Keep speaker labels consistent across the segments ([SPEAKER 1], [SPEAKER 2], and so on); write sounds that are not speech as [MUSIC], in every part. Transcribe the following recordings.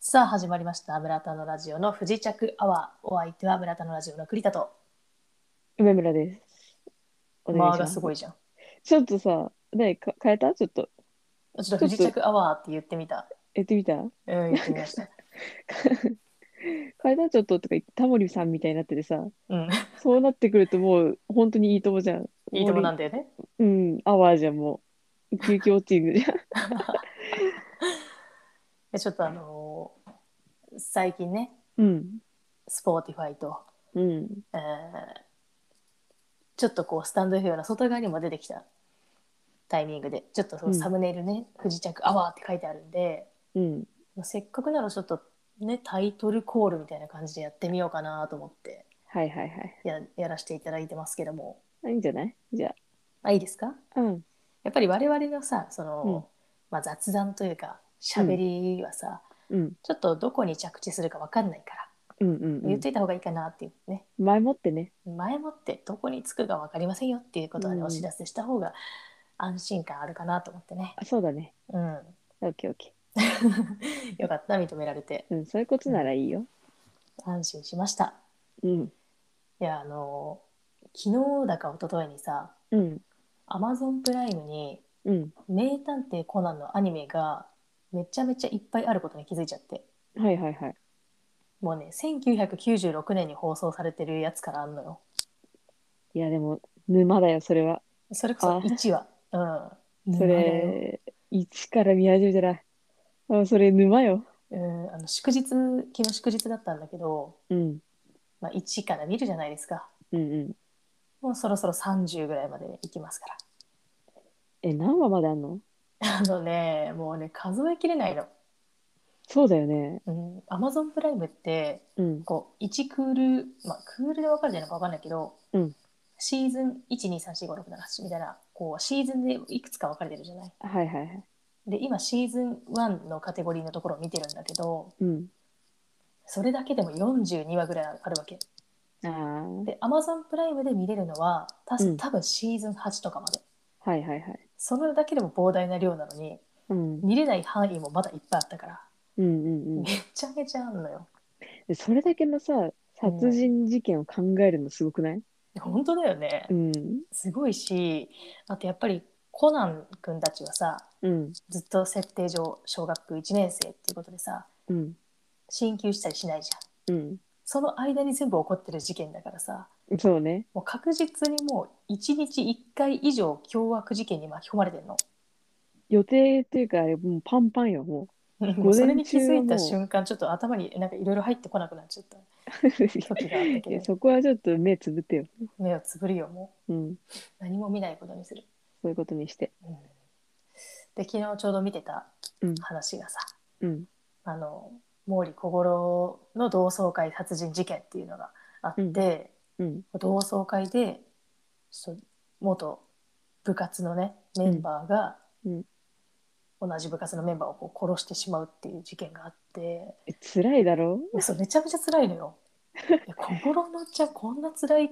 [SPEAKER 1] さあ始まりました村田のラジオの不時着アワーお相手は村田のラジオの栗田と
[SPEAKER 2] 梅村です。お願
[SPEAKER 1] 間
[SPEAKER 2] いしま
[SPEAKER 1] が
[SPEAKER 2] す。
[SPEAKER 1] すごいじゃん
[SPEAKER 2] ちょっとさ、ね、か変えたちょっと、
[SPEAKER 1] ちょっと不時着アワーって言ってみた
[SPEAKER 2] やってみた変
[SPEAKER 1] うん言ってみました
[SPEAKER 2] えたちょっととか言って、タモリさんみたいになっててさ、 [LAUGHS]
[SPEAKER 1] うん
[SPEAKER 2] そうなってくるともう、本当にいいともじゃん。
[SPEAKER 1] いいとこなん
[SPEAKER 2] だ。
[SPEAKER 1] だよね
[SPEAKER 2] うん、アワーじゃん、もう。ウキウキウォッチングじゃん。
[SPEAKER 1] でちょっとあのー最近ね
[SPEAKER 2] うん。
[SPEAKER 1] スポーティファイと、
[SPEAKER 2] うん。
[SPEAKER 1] えーちょっとこうスタンド FM の外側にも出てきたタイミングでちょっとそのサムネイルね、不時着アワーって書いてあるんで
[SPEAKER 2] うん。
[SPEAKER 1] せっかくならちょっとねタイトルコールみたいな感じでやってみようかなと思って
[SPEAKER 2] はいはいはい。
[SPEAKER 1] ややらせていただいてますけども
[SPEAKER 2] あいいんじゃないじゃ
[SPEAKER 1] あいいですか
[SPEAKER 2] あ。うん。
[SPEAKER 1] やっぱり我々のさその、
[SPEAKER 2] うん
[SPEAKER 1] まあ、雑談というか喋りはさ、
[SPEAKER 2] うん。
[SPEAKER 1] ちょっとどこに着地するか分かんないから
[SPEAKER 2] うんうん、う
[SPEAKER 1] 言っ
[SPEAKER 2] ん。
[SPEAKER 1] といた方がいいかなっていうね、
[SPEAKER 2] 前もってね。
[SPEAKER 1] 前もってどこに着くか分かりませんよっていうことはね、
[SPEAKER 2] うん
[SPEAKER 1] お知らせした方が安心感あるかなと思ってね、
[SPEAKER 2] あ、そうだね。 [LAUGHS]
[SPEAKER 1] うん、
[SPEAKER 2] オッケーオッケ
[SPEAKER 1] よかった認められて
[SPEAKER 2] ー。うん、そういうことならいいよ。
[SPEAKER 1] 安心しました
[SPEAKER 2] うん。
[SPEAKER 1] いやあの昨日だか一昨日にさ
[SPEAKER 2] うん。
[SPEAKER 1] アマゾンプライムに
[SPEAKER 2] うん。
[SPEAKER 1] 「名探偵コナン」のアニメがめちゃめちゃいっぱいあることに気づいちゃって
[SPEAKER 2] はいはいはい。
[SPEAKER 1] もうね1996年に放送されてるやつからあんのよ
[SPEAKER 2] いや、でも、沼だよ、それは。
[SPEAKER 1] それこそ
[SPEAKER 2] あ
[SPEAKER 1] 1話うん
[SPEAKER 2] そ
[SPEAKER 1] 沼だよ
[SPEAKER 2] れ、一から見始めたら、あそれ沼よ。
[SPEAKER 1] うんあの祝日昨日祝日だったんだけど、
[SPEAKER 2] うん。
[SPEAKER 1] まあ、1から見るじゃないですか
[SPEAKER 2] うんうん。
[SPEAKER 1] もうそろそろ30ぐらいまでいきますか
[SPEAKER 2] え、何話まであんの
[SPEAKER 1] らあのねもうね数えきれないの
[SPEAKER 2] そうだよね。
[SPEAKER 1] うんアマゾンプライムって
[SPEAKER 2] うん。
[SPEAKER 1] こう1クール、まあ、クールで分かるじゃないか分かんないけど、
[SPEAKER 2] うん
[SPEAKER 1] シーズン1234567みたいなこうシーズンでいくつか分かれてるじゃない
[SPEAKER 2] はいはいはい。
[SPEAKER 1] で今シーズン1のカテゴリーのところを見てるんだけど
[SPEAKER 2] うん。
[SPEAKER 1] それだけでも42話ぐらいあるわけ
[SPEAKER 2] あ
[SPEAKER 1] で Amazon プライムで見れるのはたす
[SPEAKER 2] うん
[SPEAKER 1] 多分シーズン8とかまで、
[SPEAKER 2] あ。はいはいはい。
[SPEAKER 1] それだけでも膨大な量なのに
[SPEAKER 2] うん。
[SPEAKER 1] 見れない範囲もまだいっぱいあったから、
[SPEAKER 2] うんうんうん
[SPEAKER 1] めちゃめちゃあんのよ
[SPEAKER 2] で。それだけのさ、殺人事件を考えるのすごくない
[SPEAKER 1] 本当だよね、
[SPEAKER 2] うん。
[SPEAKER 1] すごいしあとやっぱりコナン君たちはさ
[SPEAKER 2] うん。
[SPEAKER 1] ずっと設定上小学1年生っていうことでさ
[SPEAKER 2] うん。
[SPEAKER 1] 進級したりしないじゃん
[SPEAKER 2] うん。
[SPEAKER 1] その間に全部起こってる事件だからさ
[SPEAKER 2] そうね。
[SPEAKER 1] もう確実にもう1日1回以上凶悪事件に巻き込まれてるの。
[SPEAKER 2] 予定っていうか、もうパンパンよ、も
[SPEAKER 1] もうそれに気づい
[SPEAKER 2] 午前中はも
[SPEAKER 1] た
[SPEAKER 2] う
[SPEAKER 1] 瞬間ちょっと頭になんかいろいろ入ってこなくなっちゃった
[SPEAKER 2] う。
[SPEAKER 1] 時があったけ
[SPEAKER 2] いや
[SPEAKER 1] ど
[SPEAKER 2] [LAUGHS] そこはちょっと目つぶってよ。
[SPEAKER 1] 目をつぶるよも
[SPEAKER 2] うん。
[SPEAKER 1] う何も見ないことにする。
[SPEAKER 2] そういうことにして。
[SPEAKER 1] うんで昨日ちょうど見てた
[SPEAKER 2] うん
[SPEAKER 1] 話がさ、
[SPEAKER 2] うん。
[SPEAKER 1] あの毛利小五郎の同窓会殺人事件っていうのがあって、
[SPEAKER 2] うんうん。
[SPEAKER 1] 同窓会でそう元部活のねメンバーが、
[SPEAKER 2] うん
[SPEAKER 1] 同じ部活のメンバーをこう殺してしまうっていう事件があって、
[SPEAKER 2] え辛いだろ
[SPEAKER 1] そうめちゃめちゃ辛いのよ。いや小五郎のおっちゃんこんな辛い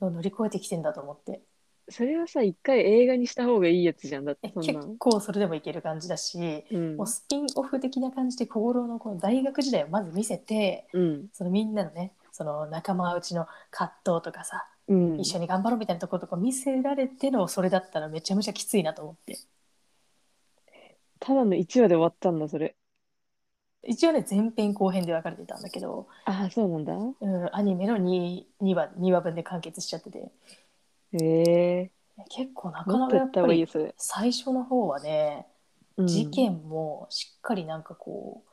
[SPEAKER 1] の乗り越えてきてんだと思って
[SPEAKER 2] それはさ、一回映画にした方がいいやつじゃん。だっ
[SPEAKER 1] え
[SPEAKER 2] てそん
[SPEAKER 1] 結
[SPEAKER 2] なの。
[SPEAKER 1] 構それでもいける感じだし、
[SPEAKER 2] うん
[SPEAKER 1] もう。スピンオフ的な感じで小五郎のこの大学時代をまず見せて
[SPEAKER 2] うん。
[SPEAKER 1] そのみんなのねその仲間内の葛藤とかさ、
[SPEAKER 2] うん
[SPEAKER 1] 一緒に頑張ろうみたいなところとか見せられてのそれだったらめちゃめちゃきついなと思って
[SPEAKER 2] ただの1話で終わったんだ、それ。
[SPEAKER 1] 一応ね前編後編で分かれてたんだけど、
[SPEAKER 2] ああ、そうなんだ。
[SPEAKER 1] うん、アニメの 2, 2, 話2話分で完結しちゃってて
[SPEAKER 2] へえ。
[SPEAKER 1] 結構なかな
[SPEAKER 2] も
[SPEAKER 1] か
[SPEAKER 2] っと
[SPEAKER 1] や
[SPEAKER 2] や
[SPEAKER 1] っ
[SPEAKER 2] った
[SPEAKER 1] ぱ
[SPEAKER 2] 方がい
[SPEAKER 1] り
[SPEAKER 2] いよ、それ。
[SPEAKER 1] 最初の方はね、
[SPEAKER 2] うん
[SPEAKER 1] 事件もしっかりなんかこう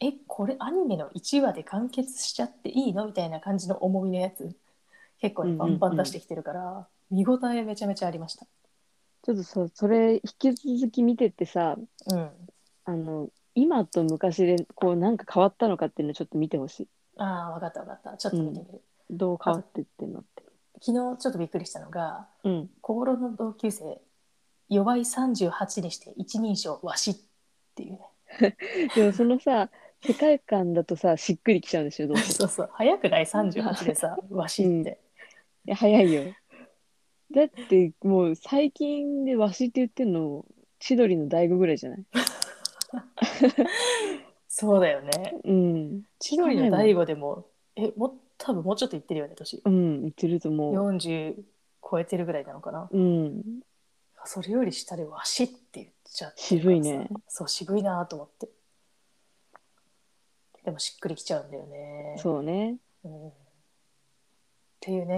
[SPEAKER 1] えこれアニメの1話で完結しちゃっていいのみたいな感じの重みのやつ結構ね
[SPEAKER 2] うんう
[SPEAKER 1] バ
[SPEAKER 2] んうん
[SPEAKER 1] ンバン出してきてるから、見応えめちゃめちゃありました。
[SPEAKER 2] ちょっとさ、それ、引き続き見てってさ、
[SPEAKER 1] うん
[SPEAKER 2] あの、今と昔で、こう、なんか変わったのかっていうのをちょっと見てほしい。
[SPEAKER 1] ああ分かった分かったちょっと見てみる、
[SPEAKER 2] どう変わってってんのって。
[SPEAKER 1] 昨日ちょっとびっくりしたのが
[SPEAKER 2] うん。
[SPEAKER 1] 小五郎の同級生弱い38にして一人称わしっていうね
[SPEAKER 2] でも、そのさ、世界観だとさ、しっくりきちゃうんでしょ、どうせ。い
[SPEAKER 1] そうそう早くない38でさわしって、
[SPEAKER 2] や早いよ。だって、もう、最近でわしって言ってんの、千鳥の大悟ぐらいじゃない
[SPEAKER 1] そうだよね。
[SPEAKER 2] うん。
[SPEAKER 1] 千鳥の大悟でも、え、もう多分もうちょっといってるよね、年。
[SPEAKER 2] うん、言ってると思う。
[SPEAKER 1] 40超えてるぐらいなのかな。
[SPEAKER 2] うん。
[SPEAKER 1] それより下でわしって言っちゃって
[SPEAKER 2] 渋いね。
[SPEAKER 1] そう、渋いなと思って。でもしっくりきちゃうんだよね。
[SPEAKER 2] そうね。
[SPEAKER 1] うんっていうね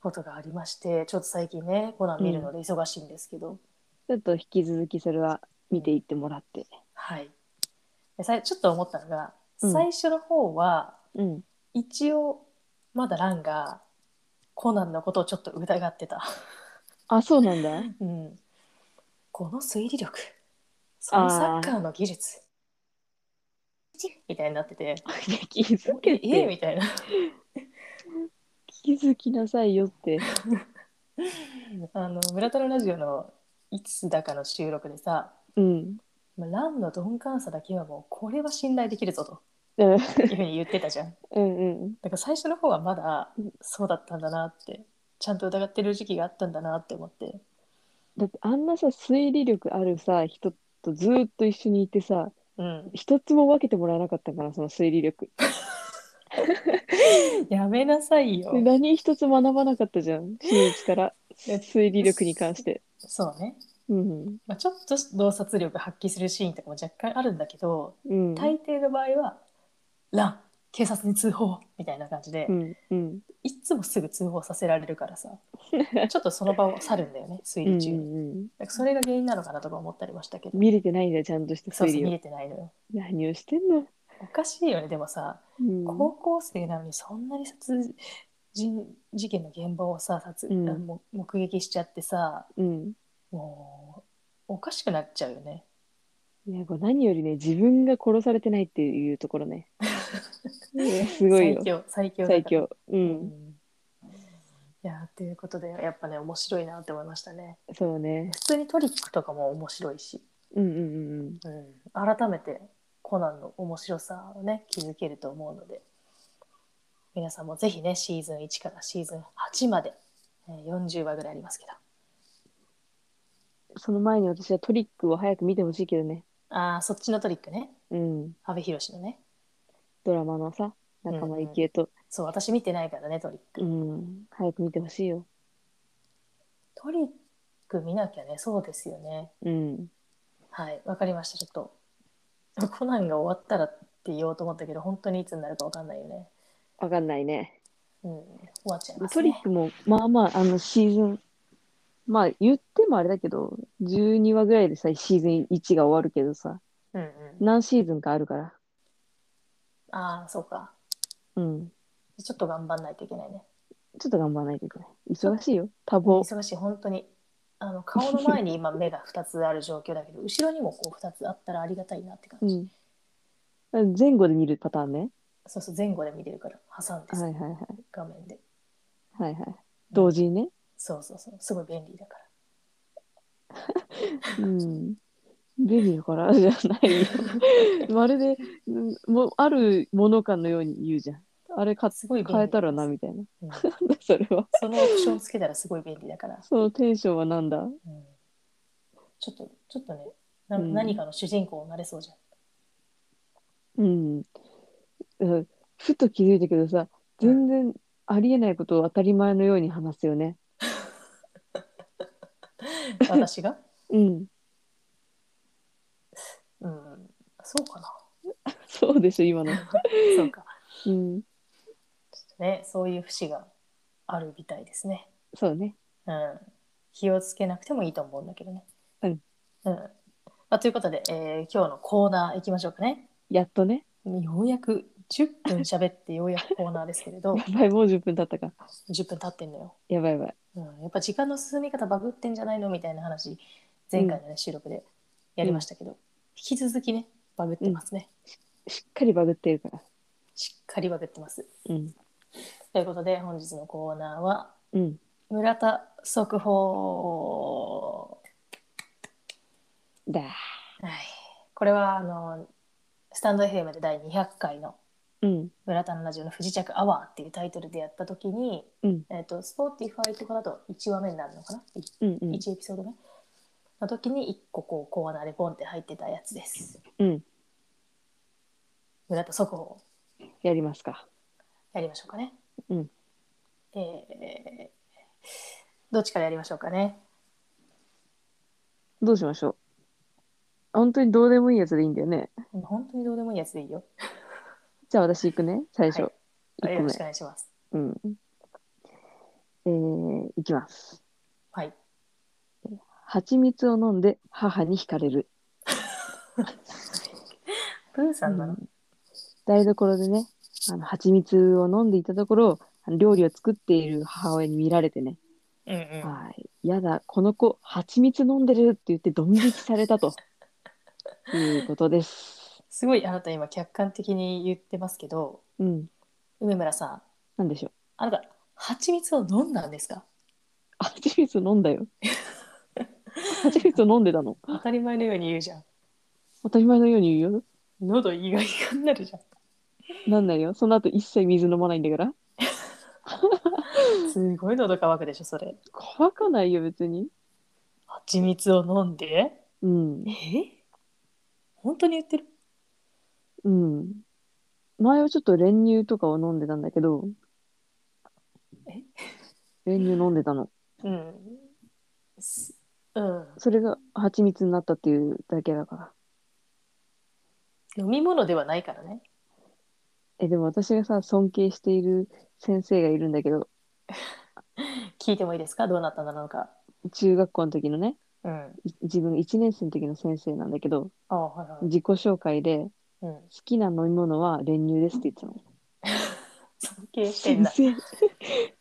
[SPEAKER 1] ことがありましてちょっと最近ねコナン見るので忙しいんですけど、
[SPEAKER 2] ちょっと引き続きそれは見ていってもらって。
[SPEAKER 1] はいでさいちょっと思ったのが、
[SPEAKER 2] うん
[SPEAKER 1] 最初の方は
[SPEAKER 2] うん。
[SPEAKER 1] 一応まだランがコナンのことをちょっと疑ってた、
[SPEAKER 2] あ、そうなんだ。
[SPEAKER 1] [LAUGHS] うん、この推理力そのサッカーの技術みたいになってて
[SPEAKER 2] 気づけ
[SPEAKER 1] ええ
[SPEAKER 2] て。
[SPEAKER 1] みたいな
[SPEAKER 2] 気づきなさいよって。
[SPEAKER 1] あの村田のラジオのいつだかの収録でさ
[SPEAKER 2] うん。
[SPEAKER 1] まあランの鈍感さだけはもうこれは信頼できるぞと
[SPEAKER 2] うん
[SPEAKER 1] いうふうに言ってたじゃん。
[SPEAKER 2] うんうん。
[SPEAKER 1] だから最初の方はまだそうだったんだなってちゃんと疑ってる時期があったんだなって思って
[SPEAKER 2] だってあんなさ、推理力あるさ、人とずーっと一緒にいてさ、
[SPEAKER 1] うん
[SPEAKER 2] 一つも分けてもらえなかったから、その推理力。
[SPEAKER 1] やめなさいよ
[SPEAKER 2] で何一つ学ばなかったじ
[SPEAKER 1] [LAUGHS]
[SPEAKER 2] ゃん、新一から。
[SPEAKER 1] え
[SPEAKER 2] 推理力に関して。
[SPEAKER 1] そうね、
[SPEAKER 2] うん。
[SPEAKER 1] まあ、ちょっと洞察力発揮するシーンとかも若干あるんだけど
[SPEAKER 2] うん。
[SPEAKER 1] 大抵の場合は「ラン警察に通報」みたいな感じで、
[SPEAKER 2] うん。うん。
[SPEAKER 1] いっつもすぐ通報させられる
[SPEAKER 2] [LAUGHS]
[SPEAKER 1] からさちょっとその場を去るんだよね推
[SPEAKER 2] う
[SPEAKER 1] 理
[SPEAKER 2] ん
[SPEAKER 1] 中に、
[SPEAKER 2] うん。
[SPEAKER 1] だからそれが原因なのかなとか思ったりもしたけど
[SPEAKER 2] 見れてないんだよ、ちゃんとした
[SPEAKER 1] そう
[SPEAKER 2] 推
[SPEAKER 1] そう
[SPEAKER 2] 理
[SPEAKER 1] 見
[SPEAKER 2] を。
[SPEAKER 1] れてないのよ
[SPEAKER 2] 何をしてんの
[SPEAKER 1] おかしいよねでもさ、
[SPEAKER 2] うん
[SPEAKER 1] 高校生なのにそんなに殺人事件の現場をさ殺、
[SPEAKER 2] うん
[SPEAKER 1] あも目撃しちゃってさ
[SPEAKER 2] うん。
[SPEAKER 1] もうおかしくなっちゃうよね
[SPEAKER 2] いやこう何よりね、自分が殺されてないっていうとこ
[SPEAKER 1] [LAUGHS]
[SPEAKER 2] ろね。いやすごいよ
[SPEAKER 1] 最。強最強だから
[SPEAKER 2] 最強。う。
[SPEAKER 1] うんんいやということでやっぱね面白いなって思いましたね
[SPEAKER 2] そうね。
[SPEAKER 1] 普通にトリックとかも面白いし、
[SPEAKER 2] うんうんうんうん。
[SPEAKER 1] うん、改めてコナンの面白さをね気づけると思うので皆さんもぜひねシーズン1からシーズン8まで、えー40話ぐらいありますけど
[SPEAKER 2] その前に私はトリックを早く見てほしいけどね。
[SPEAKER 1] ああ、そっちのトリックね。
[SPEAKER 2] うん。
[SPEAKER 1] 阿部寛のね。
[SPEAKER 2] ドラマのさ、仲間由紀恵と。
[SPEAKER 1] そう、私見てないからね、トリック。
[SPEAKER 2] うん。早く見てほしいよ。
[SPEAKER 1] トリック見なきゃね、そうですよね。
[SPEAKER 2] うん。
[SPEAKER 1] はい、わかりました、ちょっと。コナンが終わったらって言おうと思ったけど、本当にいつになるかわかんないよね。
[SPEAKER 2] わかんないね。
[SPEAKER 1] うん、終わっちゃいます、
[SPEAKER 2] トリ
[SPEAKER 1] ね
[SPEAKER 2] ッ。クも、まあまあ、あの、シーズン、まあ言ってもあれだけど、12話ぐらいでさ、シーズン1が終わるけどさ、
[SPEAKER 1] うんうん。
[SPEAKER 2] 何シーズンかあるから。
[SPEAKER 1] ああ、そうか。
[SPEAKER 2] うん。
[SPEAKER 1] ちょっと頑張んないといけないね。
[SPEAKER 2] ちょっと頑張らないといけない。忙しいよ。多忙。
[SPEAKER 1] 忙しい、本当に。あの顔の前に今目が2つある状況だけど [LAUGHS] 後ろにもこう2つあったらありがたいなって感
[SPEAKER 2] う
[SPEAKER 1] じ、
[SPEAKER 2] ん。前後で見るパターンね。
[SPEAKER 1] そうそう前後で見れるから挟んで
[SPEAKER 2] はい
[SPEAKER 1] さ、
[SPEAKER 2] はいはい。
[SPEAKER 1] 画面で
[SPEAKER 2] はいはい。同時にね。
[SPEAKER 1] そうそうそうすごい便利だから
[SPEAKER 2] うん。便利だからじゃないよ。 [LAUGHS] まるで、うんもうあるものかのように言うじゃん。あれか
[SPEAKER 1] すごい便利
[SPEAKER 2] 変えたらな、みたいな。
[SPEAKER 1] うん
[SPEAKER 2] なんだそれは。
[SPEAKER 1] そのオプションつけたらすごい便利だ [LAUGHS] から、
[SPEAKER 2] そのテンションはなんだ
[SPEAKER 1] うんちょっとちょっとねな
[SPEAKER 2] うん
[SPEAKER 1] 何かの主人公になれそうじゃん、
[SPEAKER 2] うん。うんふと気づいたけどさ、全然ありえないことを当たり前のように話すよね。
[SPEAKER 1] 私が
[SPEAKER 2] うん。
[SPEAKER 1] うんそうかな [LAUGHS]
[SPEAKER 2] そうでしょ、今の。
[SPEAKER 1] そうか
[SPEAKER 2] うん。
[SPEAKER 1] ねそういう節があるみたいですね
[SPEAKER 2] そうね。
[SPEAKER 1] うん気をつけなくてもいいと思うんだけどね
[SPEAKER 2] うん、
[SPEAKER 1] うんまあ、ということで、えー今日のコーナーいきましょうかね
[SPEAKER 2] やっとね。
[SPEAKER 1] ようやく10分喋ってようやくコーナーですけれ [LAUGHS] ど
[SPEAKER 2] やばい、もう10分経ったか。
[SPEAKER 1] 10分経ってんのよ
[SPEAKER 2] やばいやばい。
[SPEAKER 1] うん、やっぱ時間の進み方バグってんじゃないのみたいな話前回の、ね収録でやりましたけど、引き続きねバグってますね、
[SPEAKER 2] しっかりバグってるから。
[SPEAKER 1] しっかりバグってます
[SPEAKER 2] うん。
[SPEAKER 1] ということで本日のコーナーは
[SPEAKER 2] うん。
[SPEAKER 1] 「村田速報
[SPEAKER 2] だ。」
[SPEAKER 1] はいこれはあのスタンド FM で第200回の
[SPEAKER 2] うん。
[SPEAKER 1] 「村田のラジオの不時着アワー」っていうタイトルでやった時に、
[SPEAKER 2] うん
[SPEAKER 1] えっとスポーティファイとかだと1話目になるのかな、
[SPEAKER 2] うんうん。
[SPEAKER 1] 1エピソード目の時に1個こうコーナーでポンって入ってたやつです
[SPEAKER 2] うん。
[SPEAKER 1] 村田速報
[SPEAKER 2] やりますか。
[SPEAKER 1] やりましょうかね。
[SPEAKER 2] うん。
[SPEAKER 1] えー、どっちからやりましょうかね。
[SPEAKER 2] どうしましょう。本当にどうでもいいやつでいいんだよね。
[SPEAKER 1] 本当にどうでもいいやつでいいよ。
[SPEAKER 2] じゃあ私行くね、最初。
[SPEAKER 1] は
[SPEAKER 2] 一
[SPEAKER 1] よ
[SPEAKER 2] 個
[SPEAKER 1] ろ
[SPEAKER 2] 目
[SPEAKER 1] しくお願いします。
[SPEAKER 2] うん。えー、いきます。
[SPEAKER 1] はい。
[SPEAKER 2] 蜂蜜を飲んで母に惹かれる。
[SPEAKER 1] プーさんなの、
[SPEAKER 2] うん台所でね、あの蜂蜜を飲んでいたところ、あの料理を作っている母親に見られてね、
[SPEAKER 1] うん、うんうん
[SPEAKER 2] はい、やだ、この子、蜂蜜飲んでるって言って、ドン引きされ
[SPEAKER 1] [LAUGHS]
[SPEAKER 2] たということです。
[SPEAKER 1] すごいあなた今客観的に言ってますけど、
[SPEAKER 2] うん、
[SPEAKER 1] 梅村さん、
[SPEAKER 2] なんでしょう。
[SPEAKER 1] あなた、蜂蜜を飲んだんですか
[SPEAKER 2] 蜂蜜飲んだよ。蜂蜜飲んでたの。
[SPEAKER 1] 当たり前のように言うじゃん。
[SPEAKER 2] 当たり前のように言うよ。
[SPEAKER 1] 喉意外がになるじゃ
[SPEAKER 2] なんないよ。その後一切水飲まないんだから。
[SPEAKER 1] ん。すごい喉乾くでしょ、それ。
[SPEAKER 2] 乾かないよ、別に。
[SPEAKER 1] 蜂蜜を飲んで
[SPEAKER 2] うん。
[SPEAKER 1] え本当に言ってる
[SPEAKER 2] うん。前はちょっと練乳とかを飲んでたんだけど、
[SPEAKER 1] え
[SPEAKER 2] 練乳飲んでたの。
[SPEAKER 1] うん。すうん、
[SPEAKER 2] それが蜂蜜になったっていうだけだから。
[SPEAKER 1] 飲み物ではないからね。
[SPEAKER 2] え、でも私がさ、尊敬している先生がいるんだけど、
[SPEAKER 1] 聞いてもいいですかどうなったんだろうか。
[SPEAKER 2] 中学校の時のね、
[SPEAKER 1] うん。
[SPEAKER 2] い自分1年生の時の先生なんだけど、
[SPEAKER 1] あはいはい。
[SPEAKER 2] 自己紹介で、好
[SPEAKER 1] うん。
[SPEAKER 2] きな飲み物は練乳ですって言ってたの。
[SPEAKER 1] 尊敬してん
[SPEAKER 2] 先
[SPEAKER 1] だ。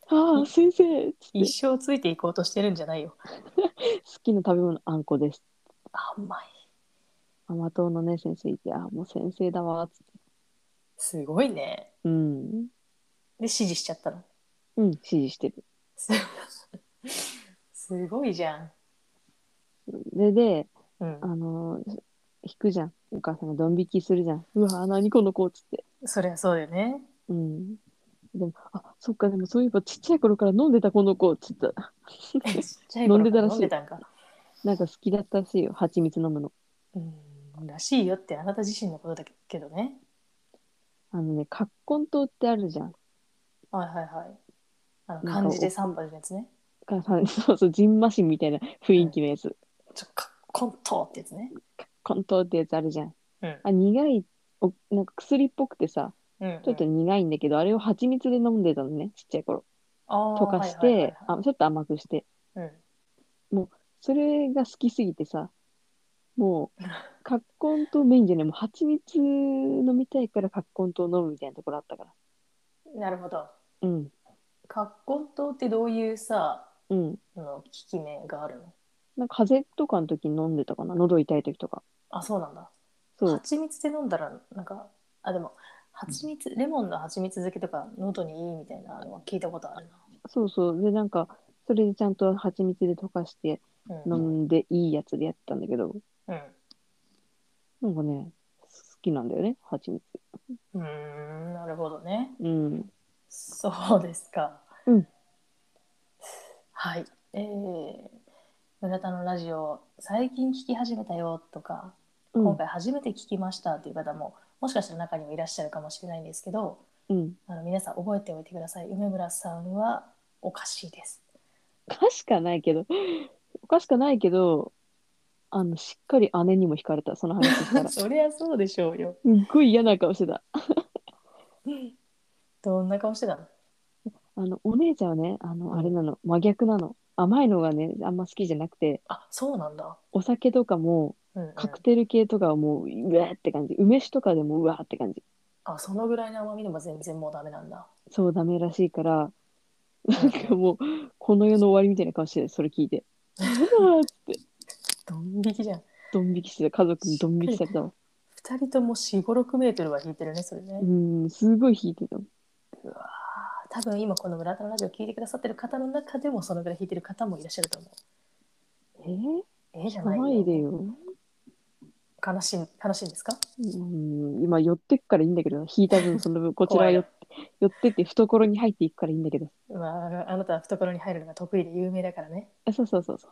[SPEAKER 2] 生ああ、先生っつって
[SPEAKER 1] 一生ついていこうとしてるんじゃないよ。
[SPEAKER 2] 好きな食べ物あんこです。
[SPEAKER 1] 甘い。
[SPEAKER 2] 甘党のね、先生いて、ああ、もう先生だわ、つって。
[SPEAKER 1] すごいね。
[SPEAKER 2] うん。
[SPEAKER 1] で、指示しちゃったの。
[SPEAKER 2] うん、指示してる。
[SPEAKER 1] すすごいじゃん。
[SPEAKER 2] それで、
[SPEAKER 1] うん
[SPEAKER 2] あ。のー引くじゃん。お母さんがドン引きするじゃん。うわー、何この子っつって。
[SPEAKER 1] そりゃそうだよね。
[SPEAKER 2] うん。でも、あ、そっか、でもそういえばちっちゃい頃から飲んでたこの子っつって。
[SPEAKER 1] ちっちゃい頃
[SPEAKER 2] 飲んでたらしい
[SPEAKER 1] 飲んでたんか。
[SPEAKER 2] なんか好きだったらしいよ、蜂蜜飲むの。
[SPEAKER 1] うん。らしいよってあなた自身のことだけどね。
[SPEAKER 2] あのね、葛根糖ってあるじゃん。
[SPEAKER 1] はいはいはい。あの
[SPEAKER 2] なんか
[SPEAKER 1] 漢字で三番のやつね。
[SPEAKER 2] お母さん、 [LAUGHS] そうそう、ジンマシンみたいな雰囲気のやつ。
[SPEAKER 1] ちょかコントってやつね。
[SPEAKER 2] 葛根糖ってやつあるじゃん。
[SPEAKER 1] うん
[SPEAKER 2] あ、苦い、おなんか薬っぽくてさ、
[SPEAKER 1] うん、
[SPEAKER 2] ちょっと苦いんだけど、あれを蜂蜜で飲んでたのね、ちっちゃい頃。
[SPEAKER 1] 溶
[SPEAKER 2] 溶かして、あちょっと甘くして。
[SPEAKER 1] うん、
[SPEAKER 2] それが好きすぎてさ、も
[SPEAKER 1] [LAUGHS]
[SPEAKER 2] う、葛根糖メインじゃない、もう蜂蜜飲みたいから葛根糖飲むみたいなところあったから。
[SPEAKER 1] なるほど。
[SPEAKER 2] うん、
[SPEAKER 1] 葛根糖ってどういうさ、
[SPEAKER 2] うん。
[SPEAKER 1] あの効き目があるの
[SPEAKER 2] なんか風邪とかの時に飲んでたかな、喉痛い時とか。
[SPEAKER 1] あ、そうなんだ。
[SPEAKER 2] そう、
[SPEAKER 1] 蜂蜜で飲んだら、なんか、あ、でも、蜂蜜、レモンの蜂蜜漬けとか、喉にいいみたいなのは聞いたことある
[SPEAKER 2] そうそう。で、なんか、それでちゃんと蜂蜜で溶かして
[SPEAKER 1] な。うん。
[SPEAKER 2] 飲んでいいやつでやってたんだけど、
[SPEAKER 1] うん。
[SPEAKER 2] なんかね、好きなんだよね、蜂蜜。
[SPEAKER 1] うーん、なるほどね。
[SPEAKER 2] うん。
[SPEAKER 1] そうですか。
[SPEAKER 2] うん
[SPEAKER 1] はい。えー、村田のラジオ、最近聞き始めたよとか、
[SPEAKER 2] うん
[SPEAKER 1] 今回初めて聞きましたという方も、もしかしたら中にもいらっしゃるかもしれないんですけど、
[SPEAKER 2] うん。
[SPEAKER 1] あの皆さん覚えておいてください。梅村さんはおかしいです。
[SPEAKER 2] おかしかないけど、おかしかないけど、あの、しっかり姉にも惹かれた、その話
[SPEAKER 1] [LAUGHS]
[SPEAKER 2] したら。す
[SPEAKER 1] [LAUGHS] そりゃそうでしょうよ。
[SPEAKER 2] っごい嫌な顔してた。
[SPEAKER 1] どんな顔してたの
[SPEAKER 2] あの、お姉ちゃんはね、あ
[SPEAKER 1] う
[SPEAKER 2] の、
[SPEAKER 1] ん
[SPEAKER 2] あれなの、真逆なの。甘いのがね、あんま好きじゃなくて、
[SPEAKER 1] あ、そうなんだ。
[SPEAKER 2] お酒とかも、
[SPEAKER 1] うん、うん。
[SPEAKER 2] カクテル系とかはもう、うわーって感じ。梅酒とかでも、うわーって感じ。
[SPEAKER 1] あ、そのぐらいの甘みでも全然もうダメなんだ。
[SPEAKER 2] そう、ダメらしいから、なんかもう、この世の終わりみたいな顔してたよそれ聞いて。うわーって、
[SPEAKER 1] ドン引きじゃん。
[SPEAKER 2] ドン引きしてた。家族にドン引きされたわ。
[SPEAKER 1] 二人とも4、5、6メートルは引いてるね、それね。
[SPEAKER 2] うん、すごい引いてた。
[SPEAKER 1] 多分今この村田のラジオ聞いてくださってる方の中でもそのぐらい弾いてる方もいらっしゃると思
[SPEAKER 2] えー、
[SPEAKER 1] う。ええじゃないよ
[SPEAKER 2] ないでよ。
[SPEAKER 1] 悲しい悲しいんですか
[SPEAKER 2] うん、今寄ってくからいいんだけど、引いた分、その分、こちら
[SPEAKER 1] 怖い
[SPEAKER 2] 寄寄ってって懐に入っていくからいいんだけど。
[SPEAKER 1] まあ、あなたは懐に入るのが得意で有名だからね。 [LAUGHS]
[SPEAKER 2] あそうそうそうそう。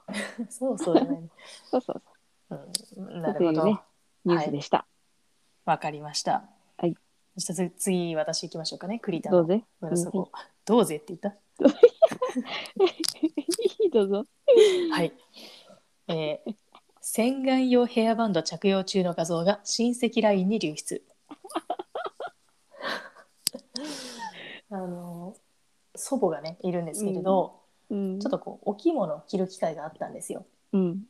[SPEAKER 1] そうそうじゃないの。
[SPEAKER 2] そうそうそう。
[SPEAKER 1] うん、なるほ
[SPEAKER 2] と
[SPEAKER 1] ど。
[SPEAKER 2] いうねニュースでした。
[SPEAKER 1] わかりました。
[SPEAKER 2] はい。
[SPEAKER 1] そしたらつ次、私行きましょうかね。栗田
[SPEAKER 2] どう
[SPEAKER 1] の
[SPEAKER 2] ぜ。 [LAUGHS]
[SPEAKER 1] 村そ
[SPEAKER 2] うん
[SPEAKER 1] こ。どうぜって言った
[SPEAKER 2] いいどうぞ。
[SPEAKER 1] はい。えー洗顔用ヘアバンド着用中の画像が親戚 LINE に流
[SPEAKER 2] [LAUGHS]
[SPEAKER 1] 出。あの祖母がねいるんですけれど、
[SPEAKER 2] うん。
[SPEAKER 1] ちょっとこうお着物を着る機会があったんですよ。
[SPEAKER 2] うん。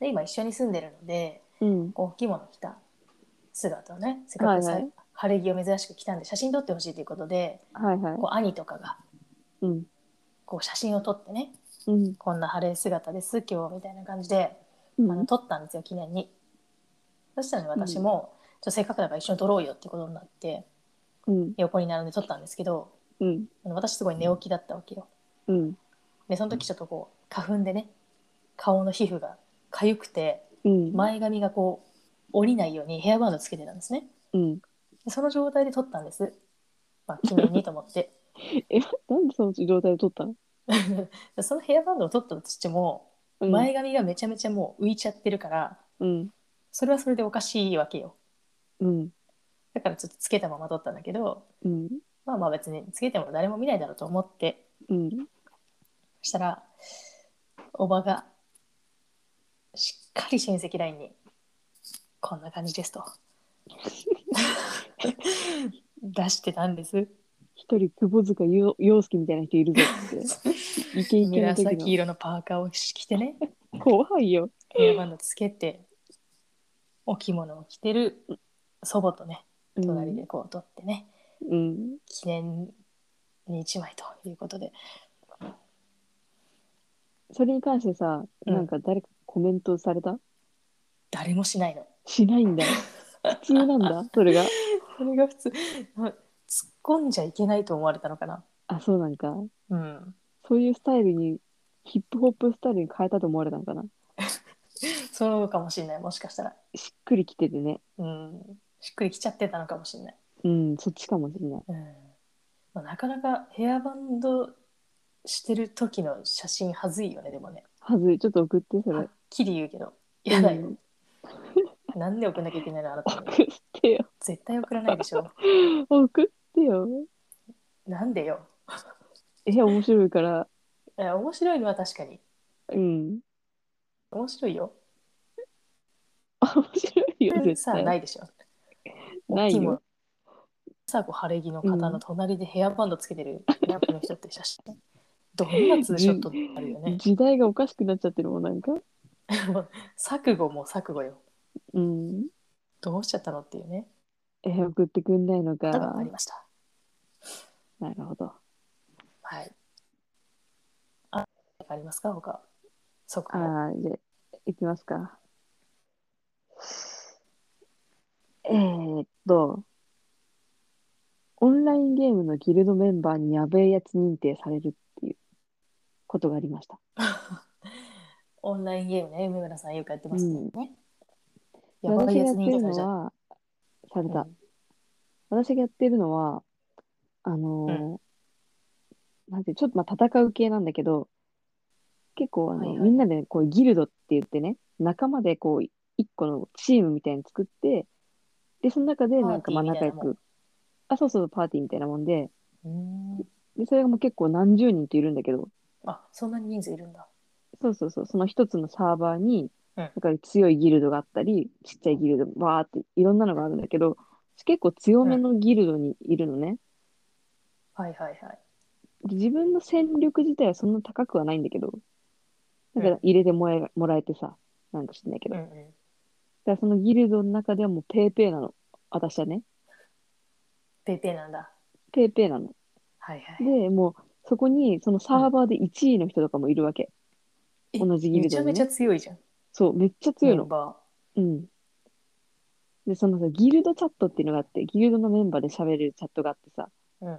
[SPEAKER 1] で今一緒に住んでるので
[SPEAKER 2] うん。
[SPEAKER 1] こうお着物着た姿をねせっかくさ、
[SPEAKER 2] はいはい
[SPEAKER 1] 晴れ着を珍しく着たんで写真撮ってほしいということで
[SPEAKER 2] はいはい。
[SPEAKER 1] こう兄とかが
[SPEAKER 2] うん。
[SPEAKER 1] こう写真を撮ってね
[SPEAKER 2] うん。
[SPEAKER 1] こんな晴れ姿です今日みたいな感じで
[SPEAKER 2] う
[SPEAKER 1] あの
[SPEAKER 2] ん。
[SPEAKER 1] 撮ったんですよ記念に。そしたらね私も、ちょっとせっかくだから一緒に撮ろうよってことになって
[SPEAKER 2] うん。
[SPEAKER 1] 横に並んで撮ったんですけど
[SPEAKER 2] うん。
[SPEAKER 1] あの私すごい寝起きだったわけよ。
[SPEAKER 2] うん。
[SPEAKER 1] でその時ちょっとこう花粉でね顔の皮膚が痒くて
[SPEAKER 2] うん。
[SPEAKER 1] 前髪がこう降りないようにヘアバンドつけてたんですね。
[SPEAKER 2] うん。
[SPEAKER 1] でその状態で撮ったんです。まあ、記念にと思って。 [LAUGHS]
[SPEAKER 2] え、なんでその状態で撮ったの
[SPEAKER 1] でそのヘアバンドを撮ったとしても
[SPEAKER 2] うん
[SPEAKER 1] 前髪がめちゃめちゃもう浮いちゃってるから
[SPEAKER 2] うん。
[SPEAKER 1] それはそれでおかしいわけよ。
[SPEAKER 2] うん。
[SPEAKER 1] だからちょっとつけたまま撮ったんだけど
[SPEAKER 2] うん。
[SPEAKER 1] まあまあ別につけても誰も見ないだろうと思って
[SPEAKER 2] うん。
[SPEAKER 1] そしたらおばがしっかり親戚 LINE に「こんな感じです」と [LAUGHS] 出してたんです
[SPEAKER 2] 一人、窪塚洋洋介みたいな人いるぞ
[SPEAKER 1] [LAUGHS]
[SPEAKER 2] って。イケイケの時
[SPEAKER 1] 紫
[SPEAKER 2] の。
[SPEAKER 1] 色のパーカーを着てね
[SPEAKER 2] 怖いよ。
[SPEAKER 1] ヘアバンドつけてお着物を着てる祖母とね
[SPEAKER 2] うん
[SPEAKER 1] 隣でこう撮ってね、
[SPEAKER 2] うん。
[SPEAKER 1] 記念に1枚ということで
[SPEAKER 2] それに関してさ、
[SPEAKER 1] うん
[SPEAKER 2] なんか誰かコメントされた
[SPEAKER 1] 誰もしないの。
[SPEAKER 2] しな
[SPEAKER 1] [LAUGHS]
[SPEAKER 2] いんだよ。普通なんだ、それが。
[SPEAKER 1] それが普通な突っ込んじゃいけないと思われたのかな
[SPEAKER 2] あ、そうなんか。
[SPEAKER 1] うん
[SPEAKER 2] そういうスタイルに、ヒップホップスタイルに変えたと思われたのかな。
[SPEAKER 1] そうかもしれないもしかしたら
[SPEAKER 2] しっくりきててね。
[SPEAKER 1] うんしっくりきちゃってたのかもしれない、
[SPEAKER 2] うん、そっちかもしれない。
[SPEAKER 1] うんまあ、なかなかヘアバンドしてる時の写真はずいよねでもね
[SPEAKER 2] はずい、ちょっと送って、そ
[SPEAKER 1] は
[SPEAKER 2] れ
[SPEAKER 1] っ。きり言うけど嫌だ
[SPEAKER 2] う
[SPEAKER 1] よ、なんで送んなきゃいけないのあなたに
[SPEAKER 2] 送ってよ。
[SPEAKER 1] 絶対送らないでしょ
[SPEAKER 2] 送ってよ。
[SPEAKER 1] なんでよ
[SPEAKER 2] え、面白いから。
[SPEAKER 1] いや面白いのは確かに
[SPEAKER 2] うん。
[SPEAKER 1] 面白いよ
[SPEAKER 2] あ面白いよ、絶
[SPEAKER 1] さあ
[SPEAKER 2] 対。
[SPEAKER 1] ないいでしょ
[SPEAKER 2] ないよ。
[SPEAKER 1] さこう晴れ着の方の隣でヘアバンドつけてるラップの人って写
[SPEAKER 2] [LAUGHS]
[SPEAKER 1] 真、どんなツーショットになるよね
[SPEAKER 2] 時代がおかしくなっちゃってるもん、なんか。
[SPEAKER 1] 錯誤も錯誤よ
[SPEAKER 2] うん。
[SPEAKER 1] どうしちゃったのっていうね
[SPEAKER 2] え、送ってくんないのか。
[SPEAKER 1] ことがありました
[SPEAKER 2] なるほど。
[SPEAKER 1] はいあありますか他そこ
[SPEAKER 2] ああ、じゃあ、いきますか。えーっと、オンラインゲームのギルドメンバーにやべえやつ認定されるっていうことがありました。
[SPEAKER 1] オンラインゲームね梅村さんよくやってますもんね、やば
[SPEAKER 2] 私
[SPEAKER 1] い
[SPEAKER 2] が
[SPEAKER 1] や
[SPEAKER 2] や
[SPEAKER 1] つ
[SPEAKER 2] って
[SPEAKER 1] にい
[SPEAKER 2] る
[SPEAKER 1] さ
[SPEAKER 2] の
[SPEAKER 1] れちゃっ
[SPEAKER 2] は、され
[SPEAKER 1] た、
[SPEAKER 2] た。私がやってるのは、あのーなんて、ちょっとまあ戦う系なんだけど、結構あの、
[SPEAKER 1] はいはい
[SPEAKER 2] みんなでこうギルドって言ってね、仲間でこう、一個のチームみたいに作って、で、その中でなんかまあ
[SPEAKER 1] パーティー
[SPEAKER 2] 仲
[SPEAKER 1] みたい
[SPEAKER 2] 良
[SPEAKER 1] なもん
[SPEAKER 2] く、あ、そうそう、パーティーみたいなもんで、
[SPEAKER 1] うんう
[SPEAKER 2] で、それがもう結構何十人といるんだけ
[SPEAKER 1] ー
[SPEAKER 2] ど、
[SPEAKER 1] んあそんなに人数いるんだ
[SPEAKER 2] そうそうそう、その一つのサーバー
[SPEAKER 1] う
[SPEAKER 2] に、
[SPEAKER 1] ん
[SPEAKER 2] だから強いギルドがあったり、ちっちゃいギルド、わーっていろんなのがあるんだけど、結構強めのギルドにいるのね。
[SPEAKER 1] はいはいはい
[SPEAKER 2] 自分の戦力自体はそんな高くはないんだけど、だか
[SPEAKER 1] う
[SPEAKER 2] ら入れてもらえもらえてさ、なんか知んないけ
[SPEAKER 1] う
[SPEAKER 2] ど、
[SPEAKER 1] ん
[SPEAKER 2] だか
[SPEAKER 1] う
[SPEAKER 2] らそのギルドの中ではもうペーペーなの。私はね、
[SPEAKER 1] んペーペーなんだ
[SPEAKER 2] ペーペーなの。
[SPEAKER 1] はいはい
[SPEAKER 2] で、もうそこにそのサーバーで1位の人とかもいるわけ。
[SPEAKER 1] え
[SPEAKER 2] 同じギル
[SPEAKER 1] めち
[SPEAKER 2] ド
[SPEAKER 1] ゃ
[SPEAKER 2] に、ね。
[SPEAKER 1] めちゃ強いじゃん
[SPEAKER 2] そう、めっちゃ強い
[SPEAKER 1] メン
[SPEAKER 2] の。
[SPEAKER 1] バ
[SPEAKER 2] うん。で、そのさ、ギルドチャットっていうのがあって、ギルドのメンバーで喋れるチャットがあってさ、
[SPEAKER 1] ーうんうん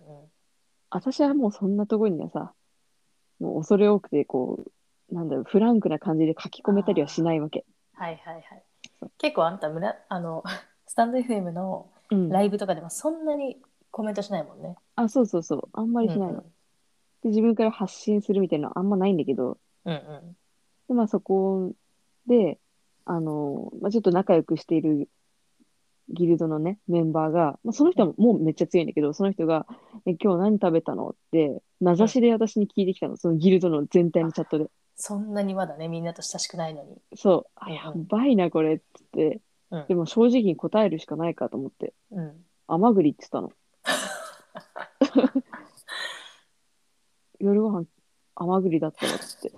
[SPEAKER 2] 私はもうそんなところにはさ、もう恐れ多くて、こう、なんだろう、フランクな感じで書き込めたりはしないわけ。
[SPEAKER 1] はいはいはい
[SPEAKER 2] そう。
[SPEAKER 1] 結構あんた村あの [LAUGHS] スタンド FM の
[SPEAKER 2] うん。
[SPEAKER 1] ライブとかでもそんなにコメントしないもんね。
[SPEAKER 2] あ、そうそうそう。あんまりしないの。
[SPEAKER 1] うんうん
[SPEAKER 2] で、自分から発信するみたいなのはあんまないんだけど、
[SPEAKER 1] うんうん
[SPEAKER 2] でまあそこで、あの、まあ、ちょっと仲良くしているギルドのね、メンバーが、まあ、その人はもうめっちゃ強いんだけど、その人が、え今日何食べたのって、名指しで私に聞いてきたの、そのギルドの全体のチャットで。
[SPEAKER 1] そんなにまだねみんなと親しくないのに
[SPEAKER 2] そう、あ
[SPEAKER 1] うん
[SPEAKER 2] やばいな、これって言って、
[SPEAKER 1] うん
[SPEAKER 2] でも正直に答えるしかないかと思って、
[SPEAKER 1] うん
[SPEAKER 2] 甘栗って
[SPEAKER 1] [LAUGHS]
[SPEAKER 2] 言ったの。夜ご飯甘栗だったわって。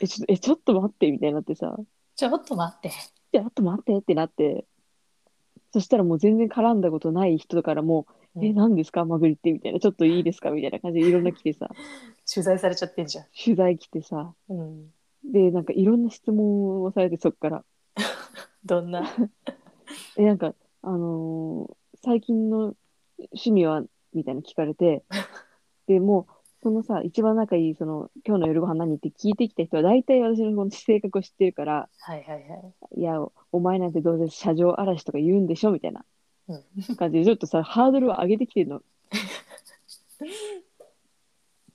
[SPEAKER 2] え、ちょっと、え、ちょっと待って、みたいになってさ、
[SPEAKER 1] ちょっと待って
[SPEAKER 2] ちょっと待ってってなって、そしたらもう全然絡んだことない人からもう、
[SPEAKER 1] うん
[SPEAKER 2] え、何ですか甘栗ってみたいな、ちょっといいですかみたいな感じでいろんな来てさ、
[SPEAKER 1] 取材されちゃってんじゃん
[SPEAKER 2] 取材来てさ、
[SPEAKER 1] うん
[SPEAKER 2] で、なんかいろんな質問をされて、そっから。
[SPEAKER 1] どんな
[SPEAKER 2] え、なんか、あのー最近の趣味はみたいな聞かれて、で、もう、そのさ、一番仲いい、その、今日の夜ご飯何って聞いてきた人は、大体私のこの性格を知ってるから、
[SPEAKER 1] はいはいはい
[SPEAKER 2] いや、お前なんてどうせ車上荒らしとか言うんでしょみたいな
[SPEAKER 1] うん
[SPEAKER 2] 感じで、ちょっとさ、ハードルを上げてきて
[SPEAKER 1] [LAUGHS]
[SPEAKER 2] るの。